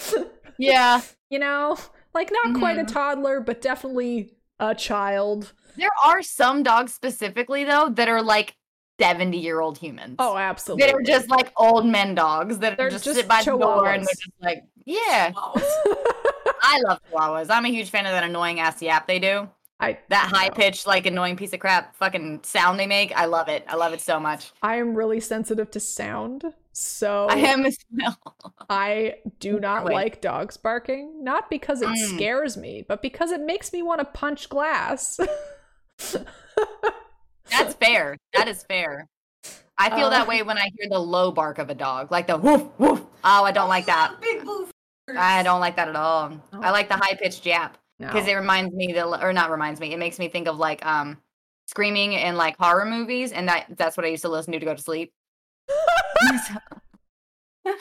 B: Yeah,
A: you know, like not quite a
B: Mhm.
A: toddler, but definitely a child.
B: there are some dogs specifically though that are like seventy-year-old humans.
A: Oh, absolutely.
B: That are just like old men dogs that
A: They're
B: just,
A: just
B: sit by the door and
A: chihuahuas.
B: they're just like, yeah.
C: Oh,
B: I love chihuahuas. I'm a huge fan of that annoying ass yap they do.
A: I-
B: that high pitched, like annoying piece of crap fucking sound they make. I love it. I love it so much.
A: I am really sensitive to sound, so
B: I am as well.
A: I do not
B: Wait.
A: like dogs barking. Not because it
B: Mm.
A: scares me, but because it makes me want to punch glass.
B: That's fair. That is fair. I feel
A: Uh,
B: that way when I hear the low bark of a dog, like the woof woof. Oh, I don't like that.
C: Big boofers.
B: I don't like that at all. I
A: Oh.
B: like the high pitched yap
A: No.
B: because it reminds me that, or not reminds me, it makes me think of like um screaming in like horror movies, and that that's what I used to listen to to go to sleep. So-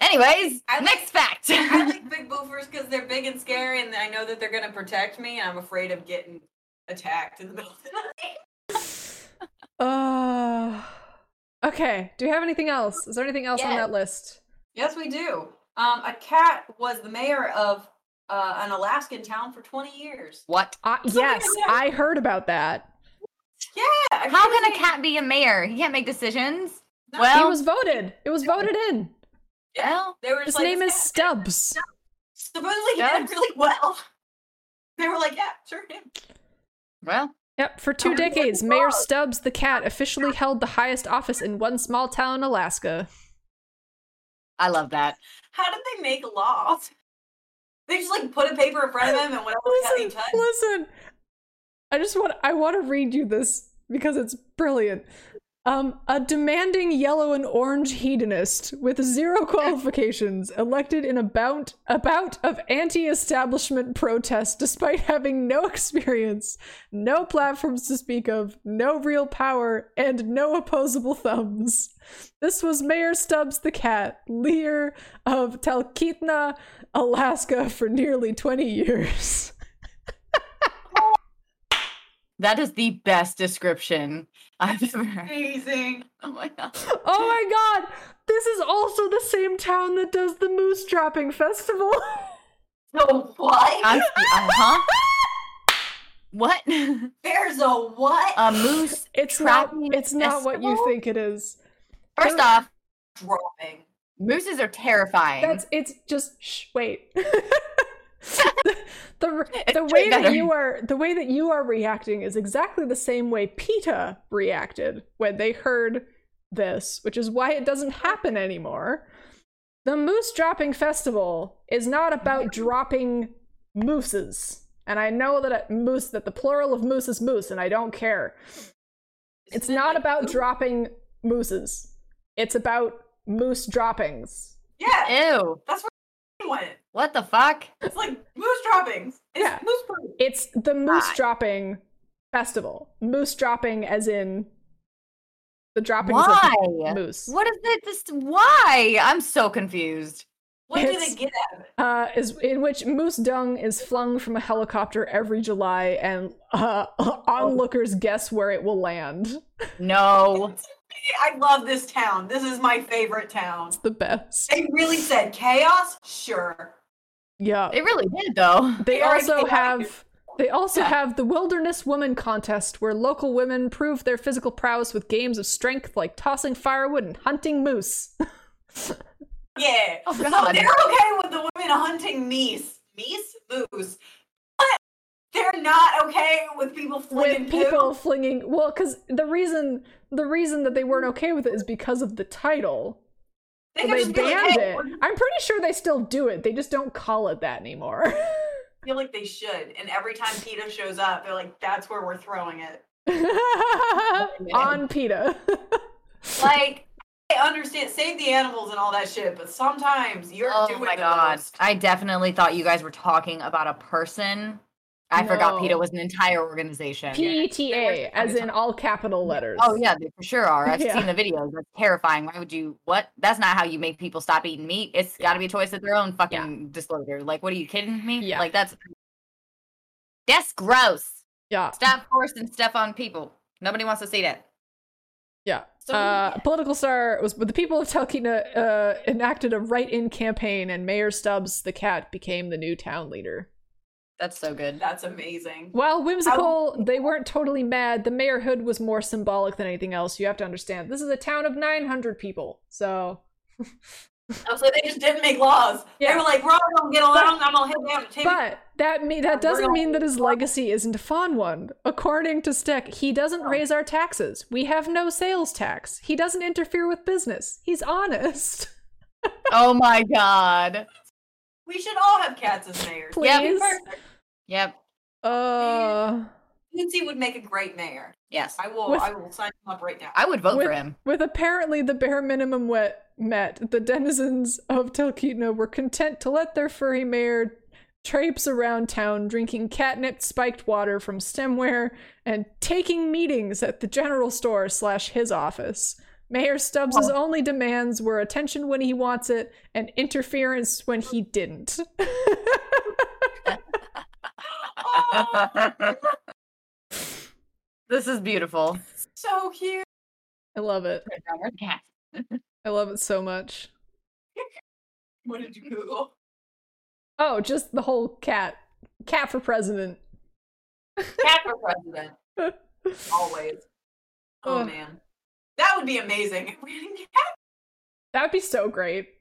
B: Anyways,
C: I like-
B: next fact.
C: I like big boofers because they're big and scary, and I know that they're gonna protect me, and I'm afraid of getting attacked in the middle of the night.
A: Uh, okay. Do you have anything else? Is there anything else on
B: Yes.
A: that list?
C: Yes, we do. Um, a cat was the mayor of uh, an Alaskan town for 20 years.
B: what?
A: Uh,
C: Something
A: yes,
C: like that.
A: I heard about that.
C: Yeah. I
B: How
C: couldn't
B: can a
C: think-
B: cat be a mayor? He can't make decisions.
C: No,
A: He
B: Well,
A: was voted. It was voted in.
B: well,
C: They were just
A: His
C: like,
A: name is
C: "This cat
A: Stubbs.
C: Supposedly he did
B: Stubbs.
C: really well. They were like, yeah, sure him.
B: well,
A: Yep, for two
C: Oh, that's
A: decades,
C: wrong.
A: Mayor Stubbs the cat officially held the highest office in one small town in Alaska.
B: I love that.
C: How did they make laws? They just like put a paper in front of him and whatever cat they touched.
A: listen. I just want I want to read you this because it's brilliant. Um, a demanding yellow and orange hedonist with zero qualifications, elected in a bout, a bout of anti-establishment protest, despite having no experience, no platforms to speak of, no real power, and no opposable thumbs. This was Mayor Stubbs the Cat, leader of Talkeetna, Alaska, for nearly 20 years.
B: That is the best description I've ever heard.
C: Amazing.
B: Oh my god.
A: Oh my god! This is also the same town that does the moose dropping festival.
C: So what?
B: I'm, uh, huh? What? a
C: There's a what?
B: Uh, moose?
A: It's not
B: Dropping
A: it's not what you
B: festival?
A: think it is.
B: First
A: They're-
B: off,
C: dropping.
B: mooses are terrifying.
A: That's it's just shh, wait. the the
B: It's
A: way that
B: better.
A: you are the way that you are reacting is exactly the same way PETA reacted when they heard this, which is why it doesn't happen anymore. The moose dropping festival is not about dropping mooses. And I know that it, moose that the plural of moose is moose and I don't care. It's
C: Isn't it
A: not
C: like
A: about
C: poop?
A: dropping mooses. It's about moose droppings.
C: Yeah,
B: Ew.
C: that's where went.
B: What the fuck?
C: It's like moose droppings. It's
A: Yeah.
C: moose poop.
A: It's the moose
B: Right.
A: dropping festival. Moose dropping, as in the droppings
B: Why?
A: of moose,
B: What is it? This why? I'm so confused.
C: What do
A: It's-
C: they get out of it?
A: uh, is in which moose dung is flung from a helicopter every July, and uh, onlookers guess where it will land.
B: No.
C: I love this town. This is my favorite town.
A: It's the best.
C: They really said chaos? Sure.
A: Yeah.
B: It really did though.
A: They
C: They are
A: also
C: chaotic.
A: have they also
C: Yeah.
A: have the Wilderness Woman contest where local women prove their physical prowess with games of strength like tossing firewood and hunting moose.
C: Yeah.
B: Oh,
C: so
B: God.
C: they're okay with the women hunting meese. Meese? Moose. But they're not okay with people flinging
A: with
C: poo.
A: people flinging well because the reason the reason that they weren't okay with it is because of the title
C: They
A: they
C: could just be like,
A: banned
C: "Hey,
A: it
C: we're gonna
A: i'm pretty sure they still do it they just don't call it that anymore
C: feel like they should. And every time PETA shows up, they're like, that's where we're throwing it.
A: on peta
B: Like
C: I understand save the animals and all that shit, but sometimes you're
B: Oh
C: doing
B: my
C: the
B: god.
C: most.
B: I definitely thought you guys were talking about a person. I forgot PETA
A: No.
B: was an entire organization.
A: PTA, E as in all capital letters.
B: Oh yeah, they for sure are. I've
A: Yeah.
B: seen the videos. That's terrifying. Why would you what? That's not how you make people stop eating meat. It's gotta be a choice at their own fucking disclosure. Like, what are you kidding me?
A: Yeah.
B: Like that's that's gross.
A: Yeah.
B: Stop forcing stuff on people. Nobody wants to see that.
A: Yeah.
C: So
A: uh, Political Star was, but the people of Talkeetna uh, enacted a write in campaign, and Mayor Stubbs the cat became the new town leader.
B: That's so good.
C: that's amazing.
A: While whimsical, they weren't totally mad. The mayorhood was more symbolic than anything else. You have to understand. This is a town of 900 people. So,
C: Oh, so they just didn't make laws.
A: Yeah.
C: They were like, we're all gonna get along. I'm gonna head down to take.
A: but that me-
C: Yeah,
A: that
C: we're
A: doesn't
C: gonna-
A: mean that his legacy isn't a fun one. According to Steck, he doesn't raise our taxes. We have no sales tax. He doesn't interfere with business. He's honest.
B: oh my god.
C: we should all have cats as mayors.
B: Yeah,
A: Please.
C: Perfect.
B: Yep.
A: Uh
C: Lindsay would make a great mayor.
B: Yes.
C: I will.
A: With-
C: I will sign him up right now.
B: I would vote
A: With-
B: for him.
A: With apparently the bare minimum wet met, the denizens of Talkeetna were content to let their furry mayor traipse around town drinking catnip spiked water from stemware and taking meetings at the general store slash his office. Mayor Stubbs's only demands were attention when he wants it and interference when he didn't.
C: oh,
B: this is beautiful.
C: so cute.
A: I love it. I love it so much.
C: What did you Google?
A: Oh, just the whole cat. Cat for president.
C: Cat for president. Always. Oh
A: Ugh.
C: man, that would be amazing. If we didn't have
A: That'd be so great.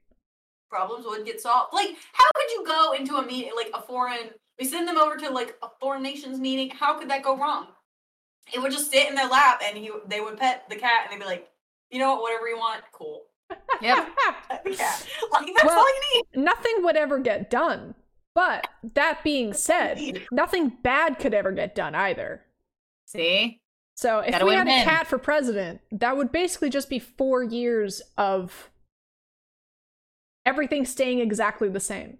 C: problems would get solved. Like, how could you go into a meeting like a foreign? We send them over to like a foreign nations meeting. How could that go wrong? It would just sit in their lap, and he they would pet the cat, and they'd be like, you know what, whatever you want, cool.
B: Yep.
C: Pet the cat. Like that's
A: Well,
C: all you need.
A: nothing would ever get done. But that being said,
C: Indeed.
A: nothing bad could ever get done either.
B: See?
A: So if
B: Gotta
A: we
B: win,
A: had a
B: win.
A: cat for president, that would basically just be four years of everything staying exactly the same.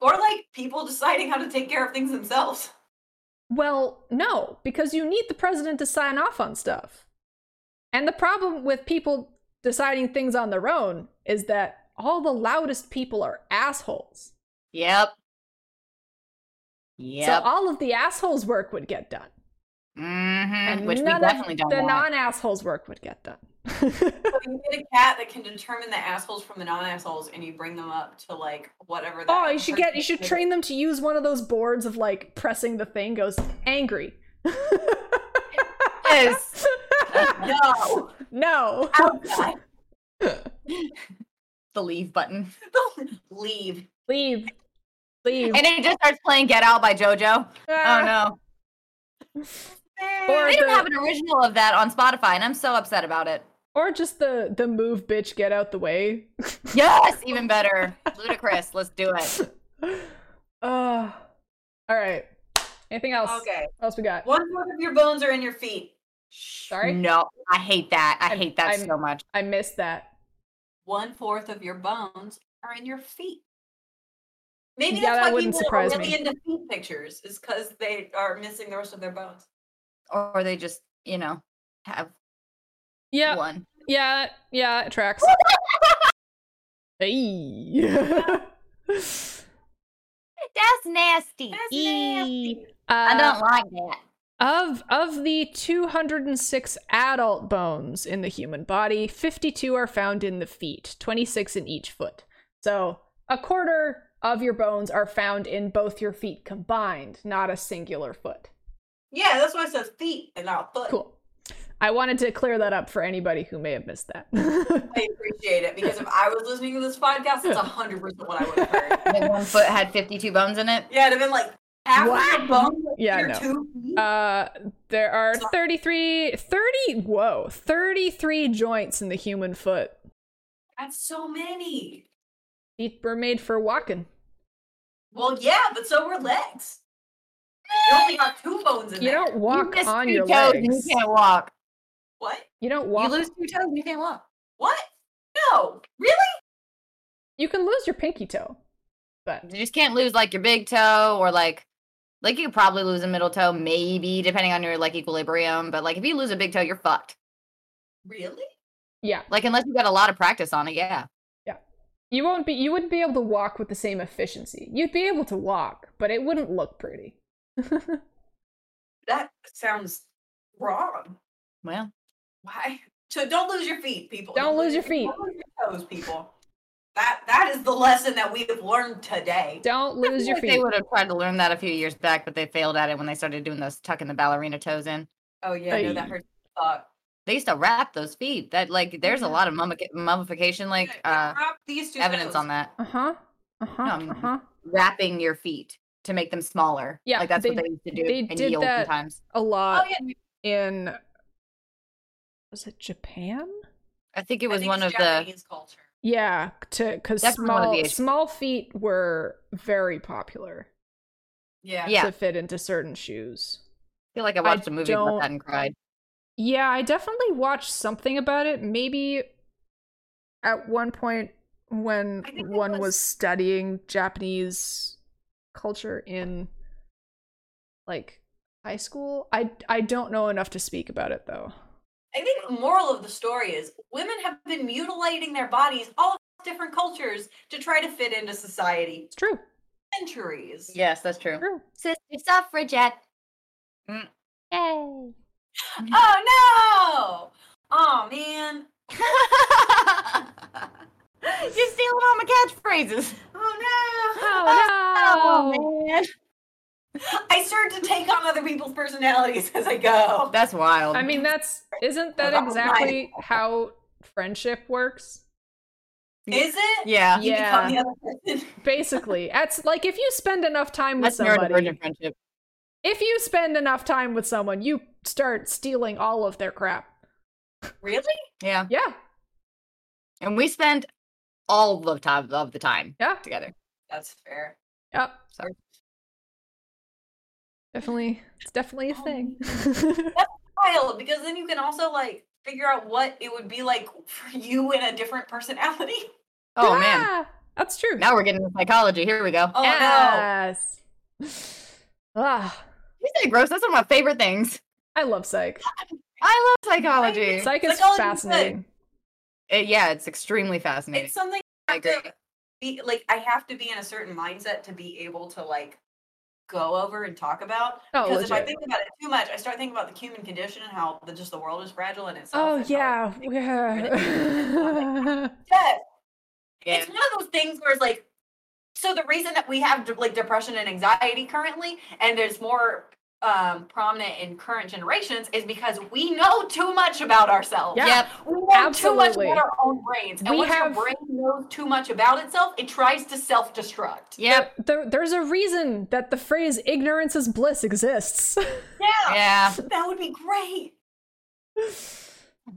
C: Or like people deciding how to take care of things themselves.
A: Well, no, because you need the president to sign off on stuff. And the problem with people deciding things on their own is that all the loudest people are assholes.
B: Yep. Yep.
A: So all of the assholes' work would get done.
B: mm-hmm.
A: and
B: Which we
A: none of
B: definitely don't
A: the
B: want.
A: non-assholes work would get done.
C: So you get a cat that can determine the assholes from the non-assholes, and you bring them up to like whatever. That
A: oh, you should get you should
C: person-
A: train them to use one of those boards of like pressing the thing goes angry.
B: yes.
C: No,
A: no.
C: outside.
B: The leave button.
C: Leave.
A: Leave. Leave.
B: And it just starts playing Get Out by JoJo.
A: Ah,
B: Oh no.
A: Or
B: They don't
A: the-
B: have an original of that on Spotify, and I'm so upset about it.
A: Or just the the move bitch get out the way.
B: Yes, even better. Ludicrous. Let's do it.
A: Uh, all right. Anything else?
C: Okay.
A: What else we got?
C: One fourth of your bones are in your feet.
A: Sorry.
B: No, I hate that. I
A: I'm-
B: hate that
A: I'm-
B: so much.
A: I missed that.
C: One fourth of your bones are in your feet. Maybe
A: Yeah,
C: that's
A: that
C: why
A: wouldn't
C: people
A: surprise
C: are really
A: me.
C: into feet pictures, is because they are missing the rest of their bones.
B: Or they just, you know, have
A: Yeah.
B: one.
A: Yeah. Yeah. It tracks. hey.
B: That's nasty.
C: That's
A: Eee.
C: nasty.
B: I
A: Uh,
B: don't like that.
A: of of the 206 adult bones in the human body, 52 are found in the feet, 26 in each foot. So a quarter of your bones are found in both your feet combined, not a singular foot.
C: Yeah, that's why it says feet and not foot.
A: Cool. I wanted to clear that up for anybody who may have missed that.
C: I appreciate it because if I was listening to this podcast, that's hundred percent what I would have heard.
B: When one foot had 52 bones in it.
C: Yeah, it'd have been like half of
A: What?
C: your bones are in
A: Yeah,
C: your
A: no.
C: two feet.
A: Uh, there are 33, 30, whoa, 33 joints in the human foot.
C: that's so many.
A: Feet were made for walking.
C: Well, yeah, but so were legs. You only got two bones in
A: You
C: there.
A: don't walk
B: you missed
A: on
B: two
A: your
B: toes
A: legs.
B: And you can't walk.
C: What?
A: You don't walk.
B: You lose two toes, you can't walk.
C: What? No, really?
A: you can lose your pinky toe, but
B: You just can't lose like your big toe or like like you could probably lose a middle toe, maybe depending on your like equilibrium. But like if you lose a big toe, you're fucked.
C: Really?
A: yeah,
B: Like unless you got a lot of practice on it, yeah.
A: you won't be. You wouldn't be able to walk with the same efficiency. You'd be able to walk, but it wouldn't look pretty.
C: That sounds wrong.
B: Well,
C: Why? So don't lose your feet, people.
A: Don't lose your feet.
C: Don't lose your toes, people. That that is the lesson that we have learned today.
A: Don't
B: I
A: lose
B: feel
A: your
B: like
A: feet.
B: They would have tried to learn that a few years back, but they failed at it when they started doing those tucking the ballerina toes in.
C: Oh yeah, no, that
A: Hey.
C: hurts. the Fuck.
B: They used to wrap those feet. That like there's a
A: Yeah.
B: lot of mummica- mummification like uh
C: Wrap these two
B: evidence on
C: toes.
B: that.
A: Uh huh. Uh huh.
B: Um,
A: Uh huh.
B: Wrapping your feet to make them smaller.
A: Yeah,
B: Like that's
A: they-
B: what they used to do
A: they
B: in
A: did
B: the
A: that-
B: olden times.
A: A
C: Oh
A: lot
C: yeah,
A: in was it Japan?
B: I think it
C: I
B: was
C: think
B: one of
C: it's
B: the
C: Japanese culture.
A: Yeah, to because
B: Definitely one of
A: small
B: the Asian-
A: small feet were very popular
C: Yeah.
B: Yeah.
A: to fit into certain shoes.
B: I feel like I watched a movie
A: don't-
B: about that and cried.
A: Yeah, I definitely watched something about it. Maybe at one point when
C: I think it
A: one was...
C: was-
A: studying Japanese culture in like high school. I I don't know enough to speak about it though.
C: I think the moral of the story is women have been mutilating their bodies all different cultures to try to fit into society
A: It's true.
C: centuries.
B: Yes, that's true.
A: True.
B: Sister suffragette. Mm.
C: Oh no! Oh man!
B: You're stealing all my catchphrases.
C: Oh no!
A: Oh no.
B: man.
C: I start to take on other people's personalities as I go.
B: That's wild.
A: I mean, that's isn't
C: Oh,
A: that
C: my.
A: exactly how friendship works?
C: Is it?
B: yeah.
C: You become the other person.
A: Basically, that's like if you spend enough time with
B: That's
A: somebody,
B: neurodivergent friendship.
A: if you spend enough time with someone, you start stealing all of their crap.
C: Really?
B: Yeah.
A: Yeah,
B: And we spent all the time of the time
A: yeah,
B: together.
C: That's fair.
A: yeah.
B: Sorry.
A: Definitely, it's definitely a thing.
C: Wild, because then you can also like figure out what it would be like for you in a different personality.
B: Oh man.
A: Yeah, that's true.
B: Now we're getting into psychology. Here we go.
C: Oh no!
A: yes. Ah,
B: Isn't it gross? That's one of my favorite things.
A: I love psych.
B: I love psychology.
A: Psych is
C: Psychology's good.
A: fascinating.
B: It- yeah, it's extremely fascinating.
C: It's something
B: I
C: I have to
B: agree.
C: be like I have to be in a certain mindset to be able to like go over and talk about.
A: Oh,
C: because if I
A: legit.
C: think about it too much, I start thinking about the human condition and how the, just the world is fragile in itself.
A: Oh
C: and how
A: yeah,
C: it's-
A: yeah.
C: Yes,
B: Yeah.
C: It's one of those things where it's like, so the reason that we have de- like depression and anxiety currently, and there's more um, prominent in current generations, is because we know too much about ourselves.
A: Yeah.
B: Yep.
C: We know too
A: absolutely.
C: much about our own brains, and
A: We
C: once
A: have-
C: your brain knows too much about itself, it tries to self-destruct.
B: Yep.
A: There, there's a reason that the phrase "ignorance is bliss" exists.
C: Yeah,
B: Yeah.
C: that would be great.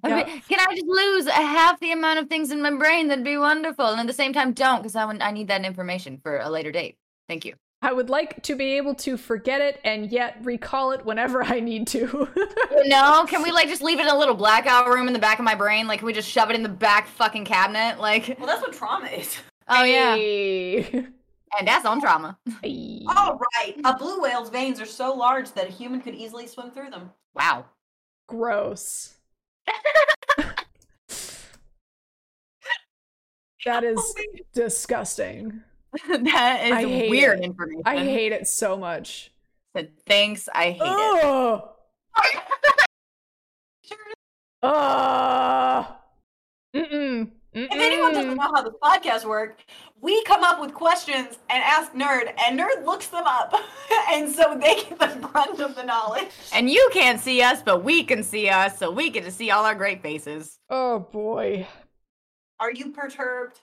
A: Yeah.
B: Okay, Can I just lose a half the amount of things in my brain? That'd be wonderful. And at the same time, don't, because I, want- I need that information for a later date. Thank you.
A: I would like to be able to forget it and yet recall it whenever I need to.
B: no, can we like just leave it in a little blackout room in the back of my brain? Like, can we just shove it in the back fucking cabinet? Like,
C: Well, that's what trauma is.
B: oh yeah.
A: yeah.
B: And that's on trauma.
C: All right, a blue whale's veins are so large that a human could easily swim through them.
B: Wow.
A: Gross. that is disgusting.
B: that is
A: I hate
B: weird
A: it.
B: information.
A: I hate it so much.
B: Said, Thanks. I Uh-huh. hate it.
A: Oh.
C: Sure
A: Ah. Mm-mm.
C: If anyone
A: Mm.
C: doesn't know how this podcast works, we come up with questions and ask Nerd, and Nerd looks them up. and so they get the brunt of the knowledge.
B: And you can't see us, but we can see us, so we get to see all our great faces.
A: Oh boy.
C: Are you perturbed?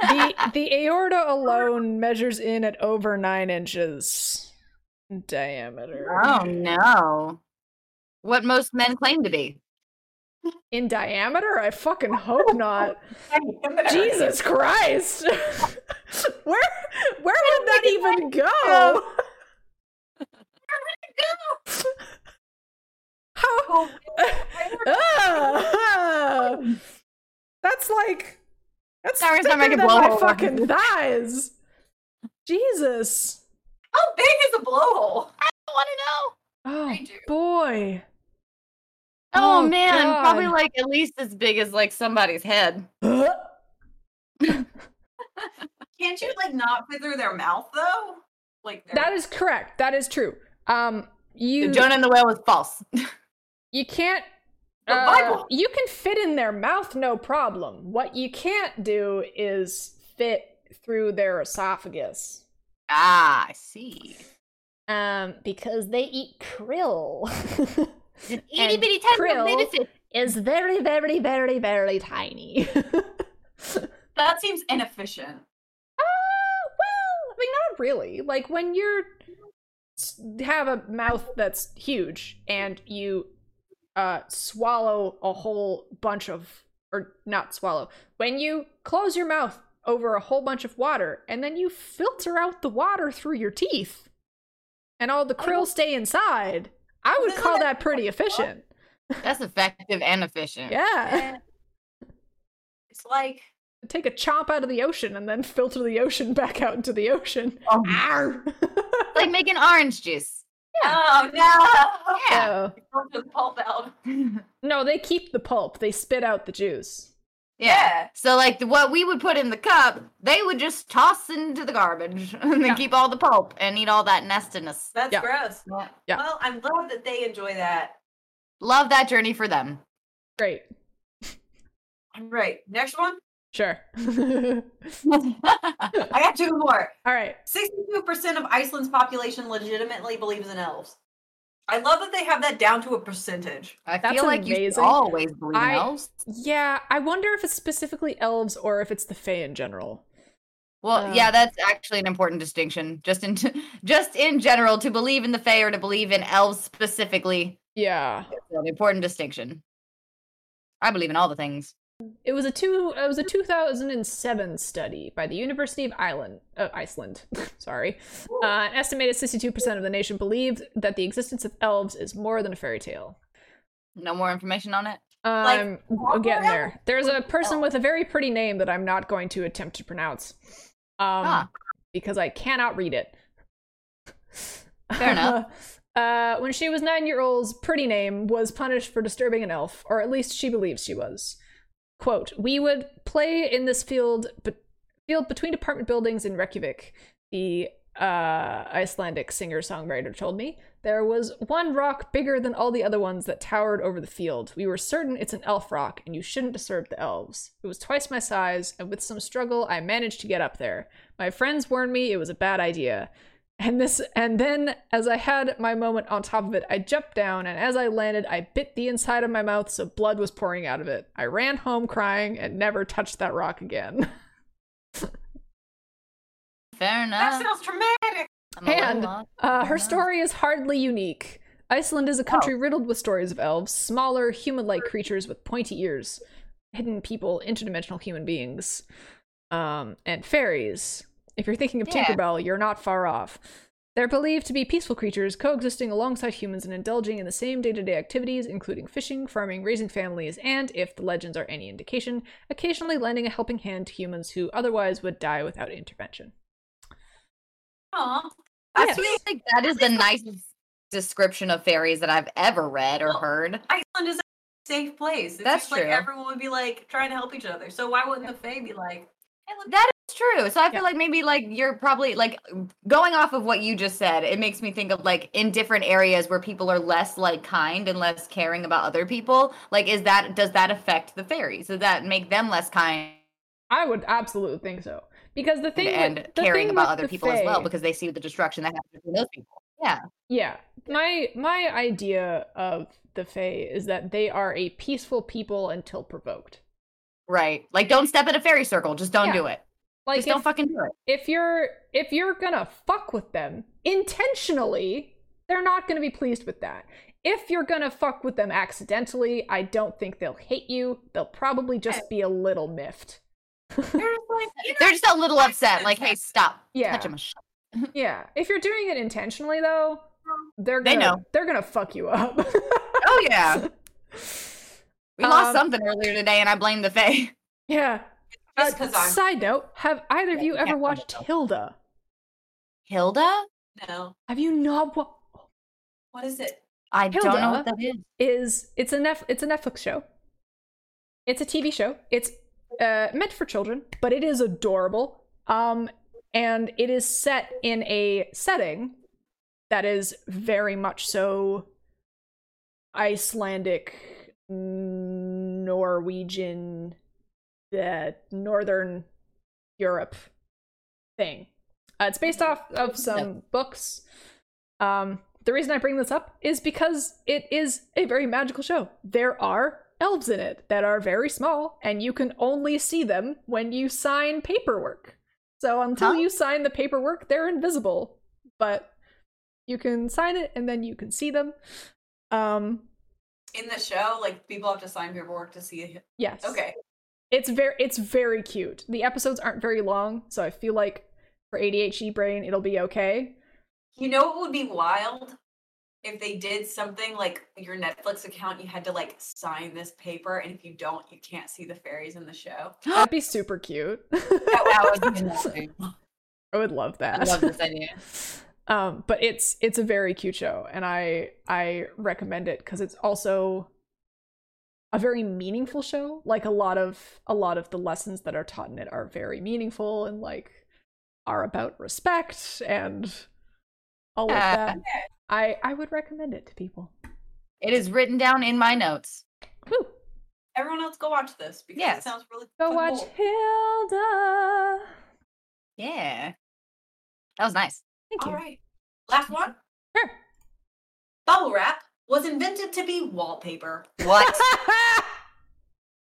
A: The the aorta alone measures in at over nine inches in diameter.
B: Oh no. What most men claim to be.
A: In diameter? I fucking hope not. Jesus Christ. where where would that even go? How
C: Oh,
A: Ah.
B: every time I
A: Bigger
B: can
A: than
B: blow
A: my
B: hole.
A: fucking thighs. Jesus.
C: How big is a blowhole?
B: I want to
A: Oh
C: I do.
A: boy.
B: know. Oh,
A: Oh,
B: man,
A: God.
B: probably like at least as big as like somebody's head.
C: Can't you like not fit through their mouth though? Like their-
A: That is correct. That is true. Um
B: The
A: you
B: Jonah and the whale was false.
A: you can't
C: The
A: uh,
C: Bible.
A: you can fit in their mouth no problem. What you can't do is fit through their esophagus.
B: ah, I see.
A: Um because they eat krill.
B: It's an
A: And
B: itty bitty tiny little
A: krill.
B: baby fish.
A: is very very very very tiny.
C: that seems inefficient.
A: Uh, well, I mean, not really. Like when you're s- have a mouth that's huge and you uh swallow a whole bunch of or not swallow when you close your mouth over a whole bunch of water and then you filter out the water through your teeth and all the krill stay inside i would
C: Isn't
A: call
C: that-
A: that pretty efficient
B: That's effective and efficient.
A: yeah
C: And it's like
A: take a chomp out of the ocean and then filter the ocean back out into the ocean
B: Um,
A: Arr.
B: It's like making orange juice.
C: oh no.
B: Yeah.
A: So-
C: Don't just pulp out.
A: No, they keep the pulp. They spit out the juice.
B: Yeah. So like the, what we would put in the cup, they would just toss into the garbage and then
A: Yeah.
B: keep all the pulp and eat all that nastiness.
C: That's
A: Yeah.
C: gross.
B: Yeah.
A: Yeah.
C: Well, I'm glad that they enjoy that.
B: Love that journey for them.
A: Great.
C: Right. Next one.
A: Sure.
B: That's
C: I got two more.
A: All right.
C: 62% of Iceland's population legitimately believes in elves. I love that they have that down to a percentage.
B: I
A: That's
B: feel like you should
A: amazing.
B: always believe in
A: I-
B: elves.
A: Yeah, I wonder if it's specifically elves or if it's the Fae in general.
B: Well,
A: Uh,
B: yeah, that's actually an important distinction. Just in just in general, to believe in the Fae or to believe in elves specifically,
A: Yeah.
B: it's an important distinction. I believe in all the things.
A: It was a two. It was a 2007 study by the University of Ireland. Uh, Iceland. Sorry. Uh, an estimated 62% of the nation believed that the existence of elves is more than a fairy tale.
B: No more information on it.
A: Um,
C: proper
A: I'm getting there. There's a person
B: elf?
A: with a very pretty name that I'm not going to attempt to pronounce, um,
B: Ah.
A: because I cannot read it.
B: Fair enough.
A: Uh, when she was nine year old's pretty name was punished for disturbing an elf, or at least she believes she was. Quote: We would play in this field, but field between apartment buildings in Reykjavik. The uh, Icelandic singer songwriter told me. There was one rock bigger than all the other ones that towered over the field. We were certain it's an elf rock, and you shouldn't disturb the elves. It was twice my size, and with some struggle, I managed to get up there. My friends warned me it was a bad idea. And this and then as I had my moment on top of it, I jumped down and as I landed, I bit the inside of my mouth so blood was pouring out of it. I ran home crying and never touched that rock again.
B: Fair
C: That
B: enough.
C: sounds traumatic.
B: I'm a little
A: and-
B: lost.
A: Uh, her
B: Wow.
A: story is hardly unique. Iceland is a country riddled with stories of elves, smaller, human like creatures with pointy ears, hidden people, interdimensional human beings, um, and fairies. If you're thinking of
B: Yeah.
A: Tinkerbell, you're not far off. They're believed to be peaceful creatures, coexisting alongside humans and indulging in the same day to day activities, including fishing, farming, raising families, and, if the legends are any indication, occasionally lending a helping hand to humans who otherwise would die without intervention.
C: Aw.
B: I
A: Yes.
C: That's
B: feel
C: sweet.
B: like that is the nicest description of fairies that I've ever read or
C: Well,
B: heard.
C: Iceland is a safe place. It
B: That's
C: seems like
B: true.
C: everyone would be like trying to help each other. So why wouldn't the Fae be like, hey, look,
B: That is true. So I feel
A: Yeah.
B: like maybe like you're probably like going off of what you just said, it makes me think of like in different areas where people are less like kind and less caring about other people. Like is that does that affect the fairies? Does that make them less kind
A: I would absolutely think so. Because the thing
B: and
A: with, the
B: caring
A: thing
B: about
A: with
B: other
A: the
B: people as well
A: Fae-
B: because they see the destruction that happens between those people? Yeah.
A: yeah, my my idea of the Fae is that they are a peaceful people until provoked.
B: Right. Like don't step in a fairy circle. Just don't
A: Yeah.
B: do it.
A: Like
B: just
A: if,
B: don't fucking do it.
A: if you're if you're gonna fuck with them intentionally, they're not gonna be pleased with that. If you're gonna fuck with them accidentally, I don't think they'll hate you. They'll probably just be a little miffed.
C: there's like, you know,
B: They're just a little upset. Like, hey, stop.
A: Yeah.
B: Touch 'em a sh-
A: Yeah. If you're doing it intentionally though, they're
B: They
A: gonna
B: know.
A: they're gonna fuck you up.
B: Oh yeah. We lost
A: Um,
B: something earlier today, and I blame the Fae.
A: yeah.
B: Uh,
A: Uh,
C: Just because I'm
A: Side note: Have either of
B: Yeah,
A: you
B: we
A: ever
B: can't find
A: watched
B: it, though.
A: Hilda?
B: Hilda?
C: no.
A: Have you not? Wa-
C: What is it?
B: I don't know
A: Hilda?
B: what that is.
A: is it's a Nef- it's a Netflix show. It's a TV show. It's uh, meant for children, but it is adorable. Um, and it is set in a setting that is very much so Icelandic, Norwegian, uh, Northern Europe thing. Uh, it's based off of some books. Um, the reason I bring this up is because it is a very magical show. There are elves in it that are very small, and you can only see them when you sign paperwork. So until
B: Huh?
A: you sign the paperwork, they're invisible, but you can sign it and then you can see them. Um,
C: In the show, like people have to sign paperwork to see it.
A: yes.
C: Okay.
A: It's very it's very cute. The episodes aren't very long, so I feel like for ADHD brain it'll be okay.
C: You know what would be wild? If they did something like your Netflix account, you had to like sign this paper, and if you don't, you can't see the fairies in the show.
A: That'd be super cute.
B: That would be amazing.
A: I would love that.
B: I love this idea.
A: um but it's it's a very cute show and i i recommend it because it's also a very meaningful show like a lot of a lot of the lessons that are taught in it are very meaningful and like are about respect and all of
B: Yeah.
A: that i i would recommend it to people
B: It is written down in my notes.
A: Woo.
C: Everyone else, go watch this because it
B: Yes.
C: sounds really
A: go
C: fucking
A: watch
C: cool.
A: hilda
B: Yeah. That was nice.
A: thank
C: All
A: you
C: right. Last one.
A: Sure.
C: Bubble wrap was invented to be wallpaper.
B: What?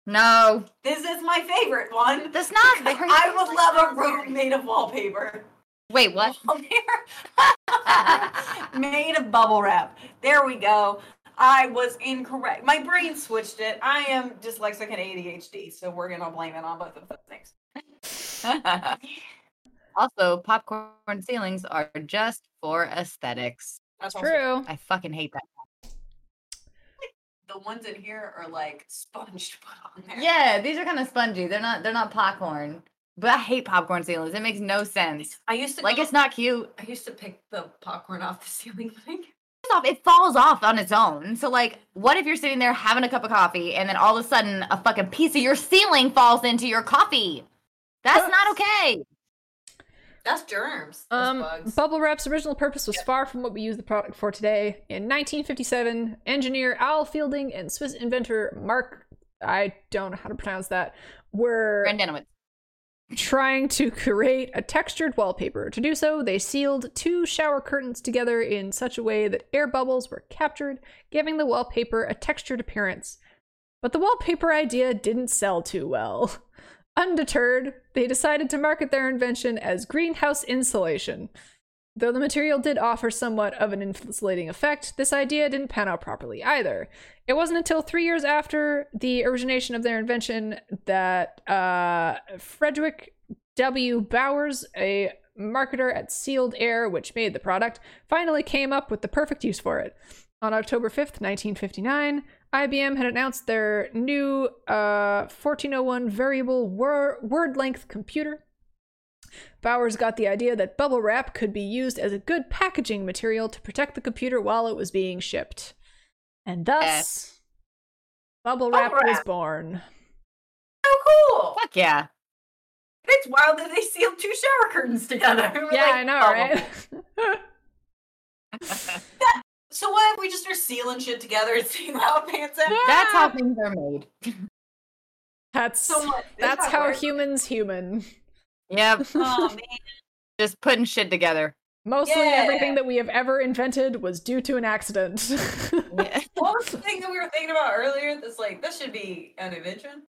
B: no.
C: This is my favorite one.
B: That's not very
C: I would love a room made of wallpaper.
B: Wait, what?
C: Wallpaper made of bubble wrap. There we go. I was incorrect. My brain switched it. I am dyslexic and ADHD, so we're gonna blame it on both of those things.
B: also, popcorn ceilings are just for aesthetics.
C: That's also-
A: true
B: I fucking hate that.
C: The ones in here are like sponged put on there.
B: Yeah, these are kind of spongy. They're not. They're not popcorn. But I hate popcorn ceilings. It makes no sense.
C: I used to
B: Like it's not cute.
C: I used to pick the popcorn off the ceiling thing.
B: First off, it falls off on its own. So like, what if you're sitting there having a cup of coffee and then all of a sudden a fucking piece of your ceiling falls into your coffee? That's not okay.
C: That's germs. That's
A: Um,
C: bugs.
A: Bubble Wrap's original purpose was far from what we use the product for today. In 1957, engineer Al Fielding and Swiss inventor Mark, I don't know how to pronounce that, were
B: Brandon Dunaway.
A: trying to create a textured wallpaper. To do so, they sealed two shower curtains together in such a way that air bubbles were captured, giving the wallpaper a textured appearance. But the wallpaper idea didn't sell too well. Undeterred, they decided to market their invention as greenhouse insulation. Though the material did offer somewhat of an insulating effect, this idea didn't pan out properly either. It wasn't until three years after the origination of their invention that uh, Frederick W. Bowers, a marketer at Sealed Air, which made the product, finally came up with the perfect use for it. On October 5th, 1959, IBM had announced their new uh, 1401 variable wor- word length computer. Bowers got the idea that bubble wrap could be used as a good packaging material to protect the computer while it was being shipped. And thus, bubble
C: Bubble
A: wrap was
C: wrap.
A: born.
C: Oh, cool.
B: Fuck yeah.
C: It's wild that they sealed two shower curtains together. We're
A: Yeah,
C: like,
A: I know,
C: "Oh,
A: right?
C: So what if we just are sealing shit together and seeing how it pans out?
B: That's how things are made.
A: That's
C: So what?
A: that's how
C: huge.
A: humans human.
B: Yep.
C: Oh man,
B: Just putting shit together.
A: Mostly
C: Yeah.
A: everything that we have ever invented was due to an accident.
B: Yeah.
C: what was the thing that we were thinking about earlier? That's like this should be an invention.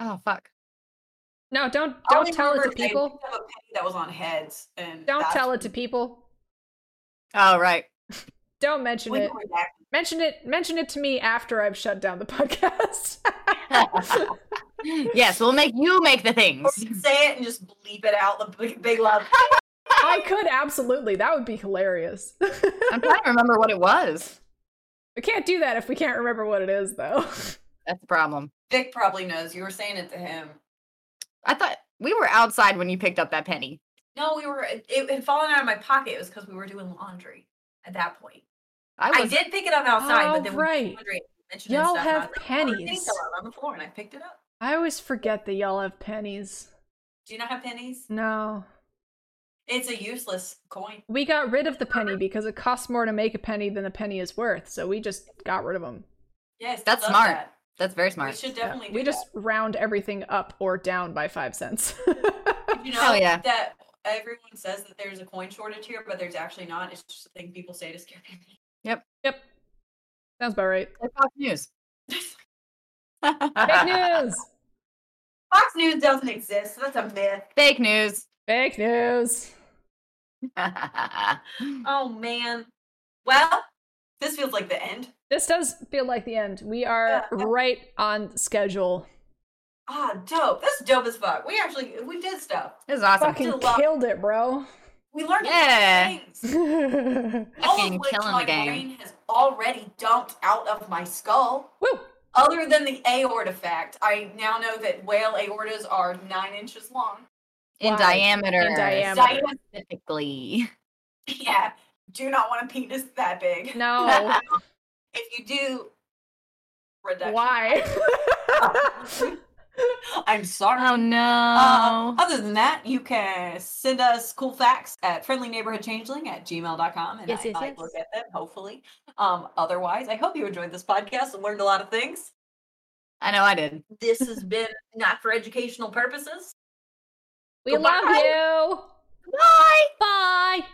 B: Oh fuck.
A: no, don't
C: I
A: don't
C: only
A: tell it to
C: remembered I
A: people.
C: picked up a penny that was on heads, and
A: Don't
C: that's-
A: tell it to people.
B: Oh right.
A: Don't mention
C: we
A: it.
C: going back.
A: Mention it mention it to me after I've shut down the podcast.
B: Yes, we'll make you make the
C: Or
B: things.
C: say it and just bleep it out. The big, big loud.
A: I could absolutely. That would be hilarious.
B: I'm trying to remember what it was.
A: we can't do that if we can't remember what it is though.
B: That's the problem.
C: Vic probably knows. You were saying it to him.
B: I thought we were outside when you picked up that penny.
C: No, we were. It had fallen out of my pocket. It was because we were doing laundry at that point. I,
B: was,
C: did pick it up outside,
A: Oh,
C: but then we were doing
A: right.
C: laundry and we mentioned it and
A: Y'all
C: stuff, and I
A: have
C: was like, "Oh, there's
A: pennies."
C: fell out on the floor, and I picked it up.
A: I always forget that y'all have pennies.
C: Do you not have pennies?
A: No.
C: It's a useless coin.
A: We got rid of the penny because it costs more to make a penny than the penny is worth. So we just got rid of them.
C: Yes,
B: That's
C: love
B: smart.
C: that.
B: That's very
C: We
B: smart.
C: should definitely.
A: we
C: do
A: just round everything up or down by five cents.
C: that. you know
B: Hell yeah.
C: that everyone says that there's a coin shortage here, but there's actually not. It's just a thing people say to scare people.
A: yep. Sounds about right.
B: That's Fox News.
A: Fake news.
C: Fox News doesn't exist. so That's a myth.
B: Fake news.
A: Fake news. Mm.
C: Oh man. Well, this feels like the end.
A: This does feel like the end. We are
C: Yeah.
A: right on schedule.
C: Ah, dope. That's dope as fuck. We actually we did stuff.
B: this is awesome.
A: Fucking
C: Love-
A: killed it, bro.
C: We learned a few
B: Yeah.
C: things.
A: Woo!
C: All
B: Fucking
C: of which
B: killing the
C: my
B: game.
C: brain has already dumped out of my skull. Other than the aorta fact, I now know that whale aortas are nine inches long.
B: In
A: Wow.
B: diameter.
A: In diameter.
C: Diane,
B: Specifically.
C: yeah, do not want a penis that big.
A: No.
C: If you do, reduction.
A: Why?
C: I'm sorry.
B: Oh no.
C: Uh,
A: Oh.
C: other than that, you can send us cool facts at friendlyneighborhoodchangeling at gmail.com and
A: Yes,
C: I
A: yes,
C: might
A: yes.
C: look at them, hopefully. Um, otherwise, I hope you enjoyed this podcast and learned a lot of things.
B: I know I did.
C: This has been not for educational purposes.
A: we
C: Goodbye.
A: love you.
C: Bye!
A: Bye.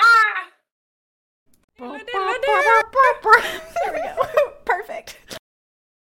C: Ah!
A: there we go. Perfect.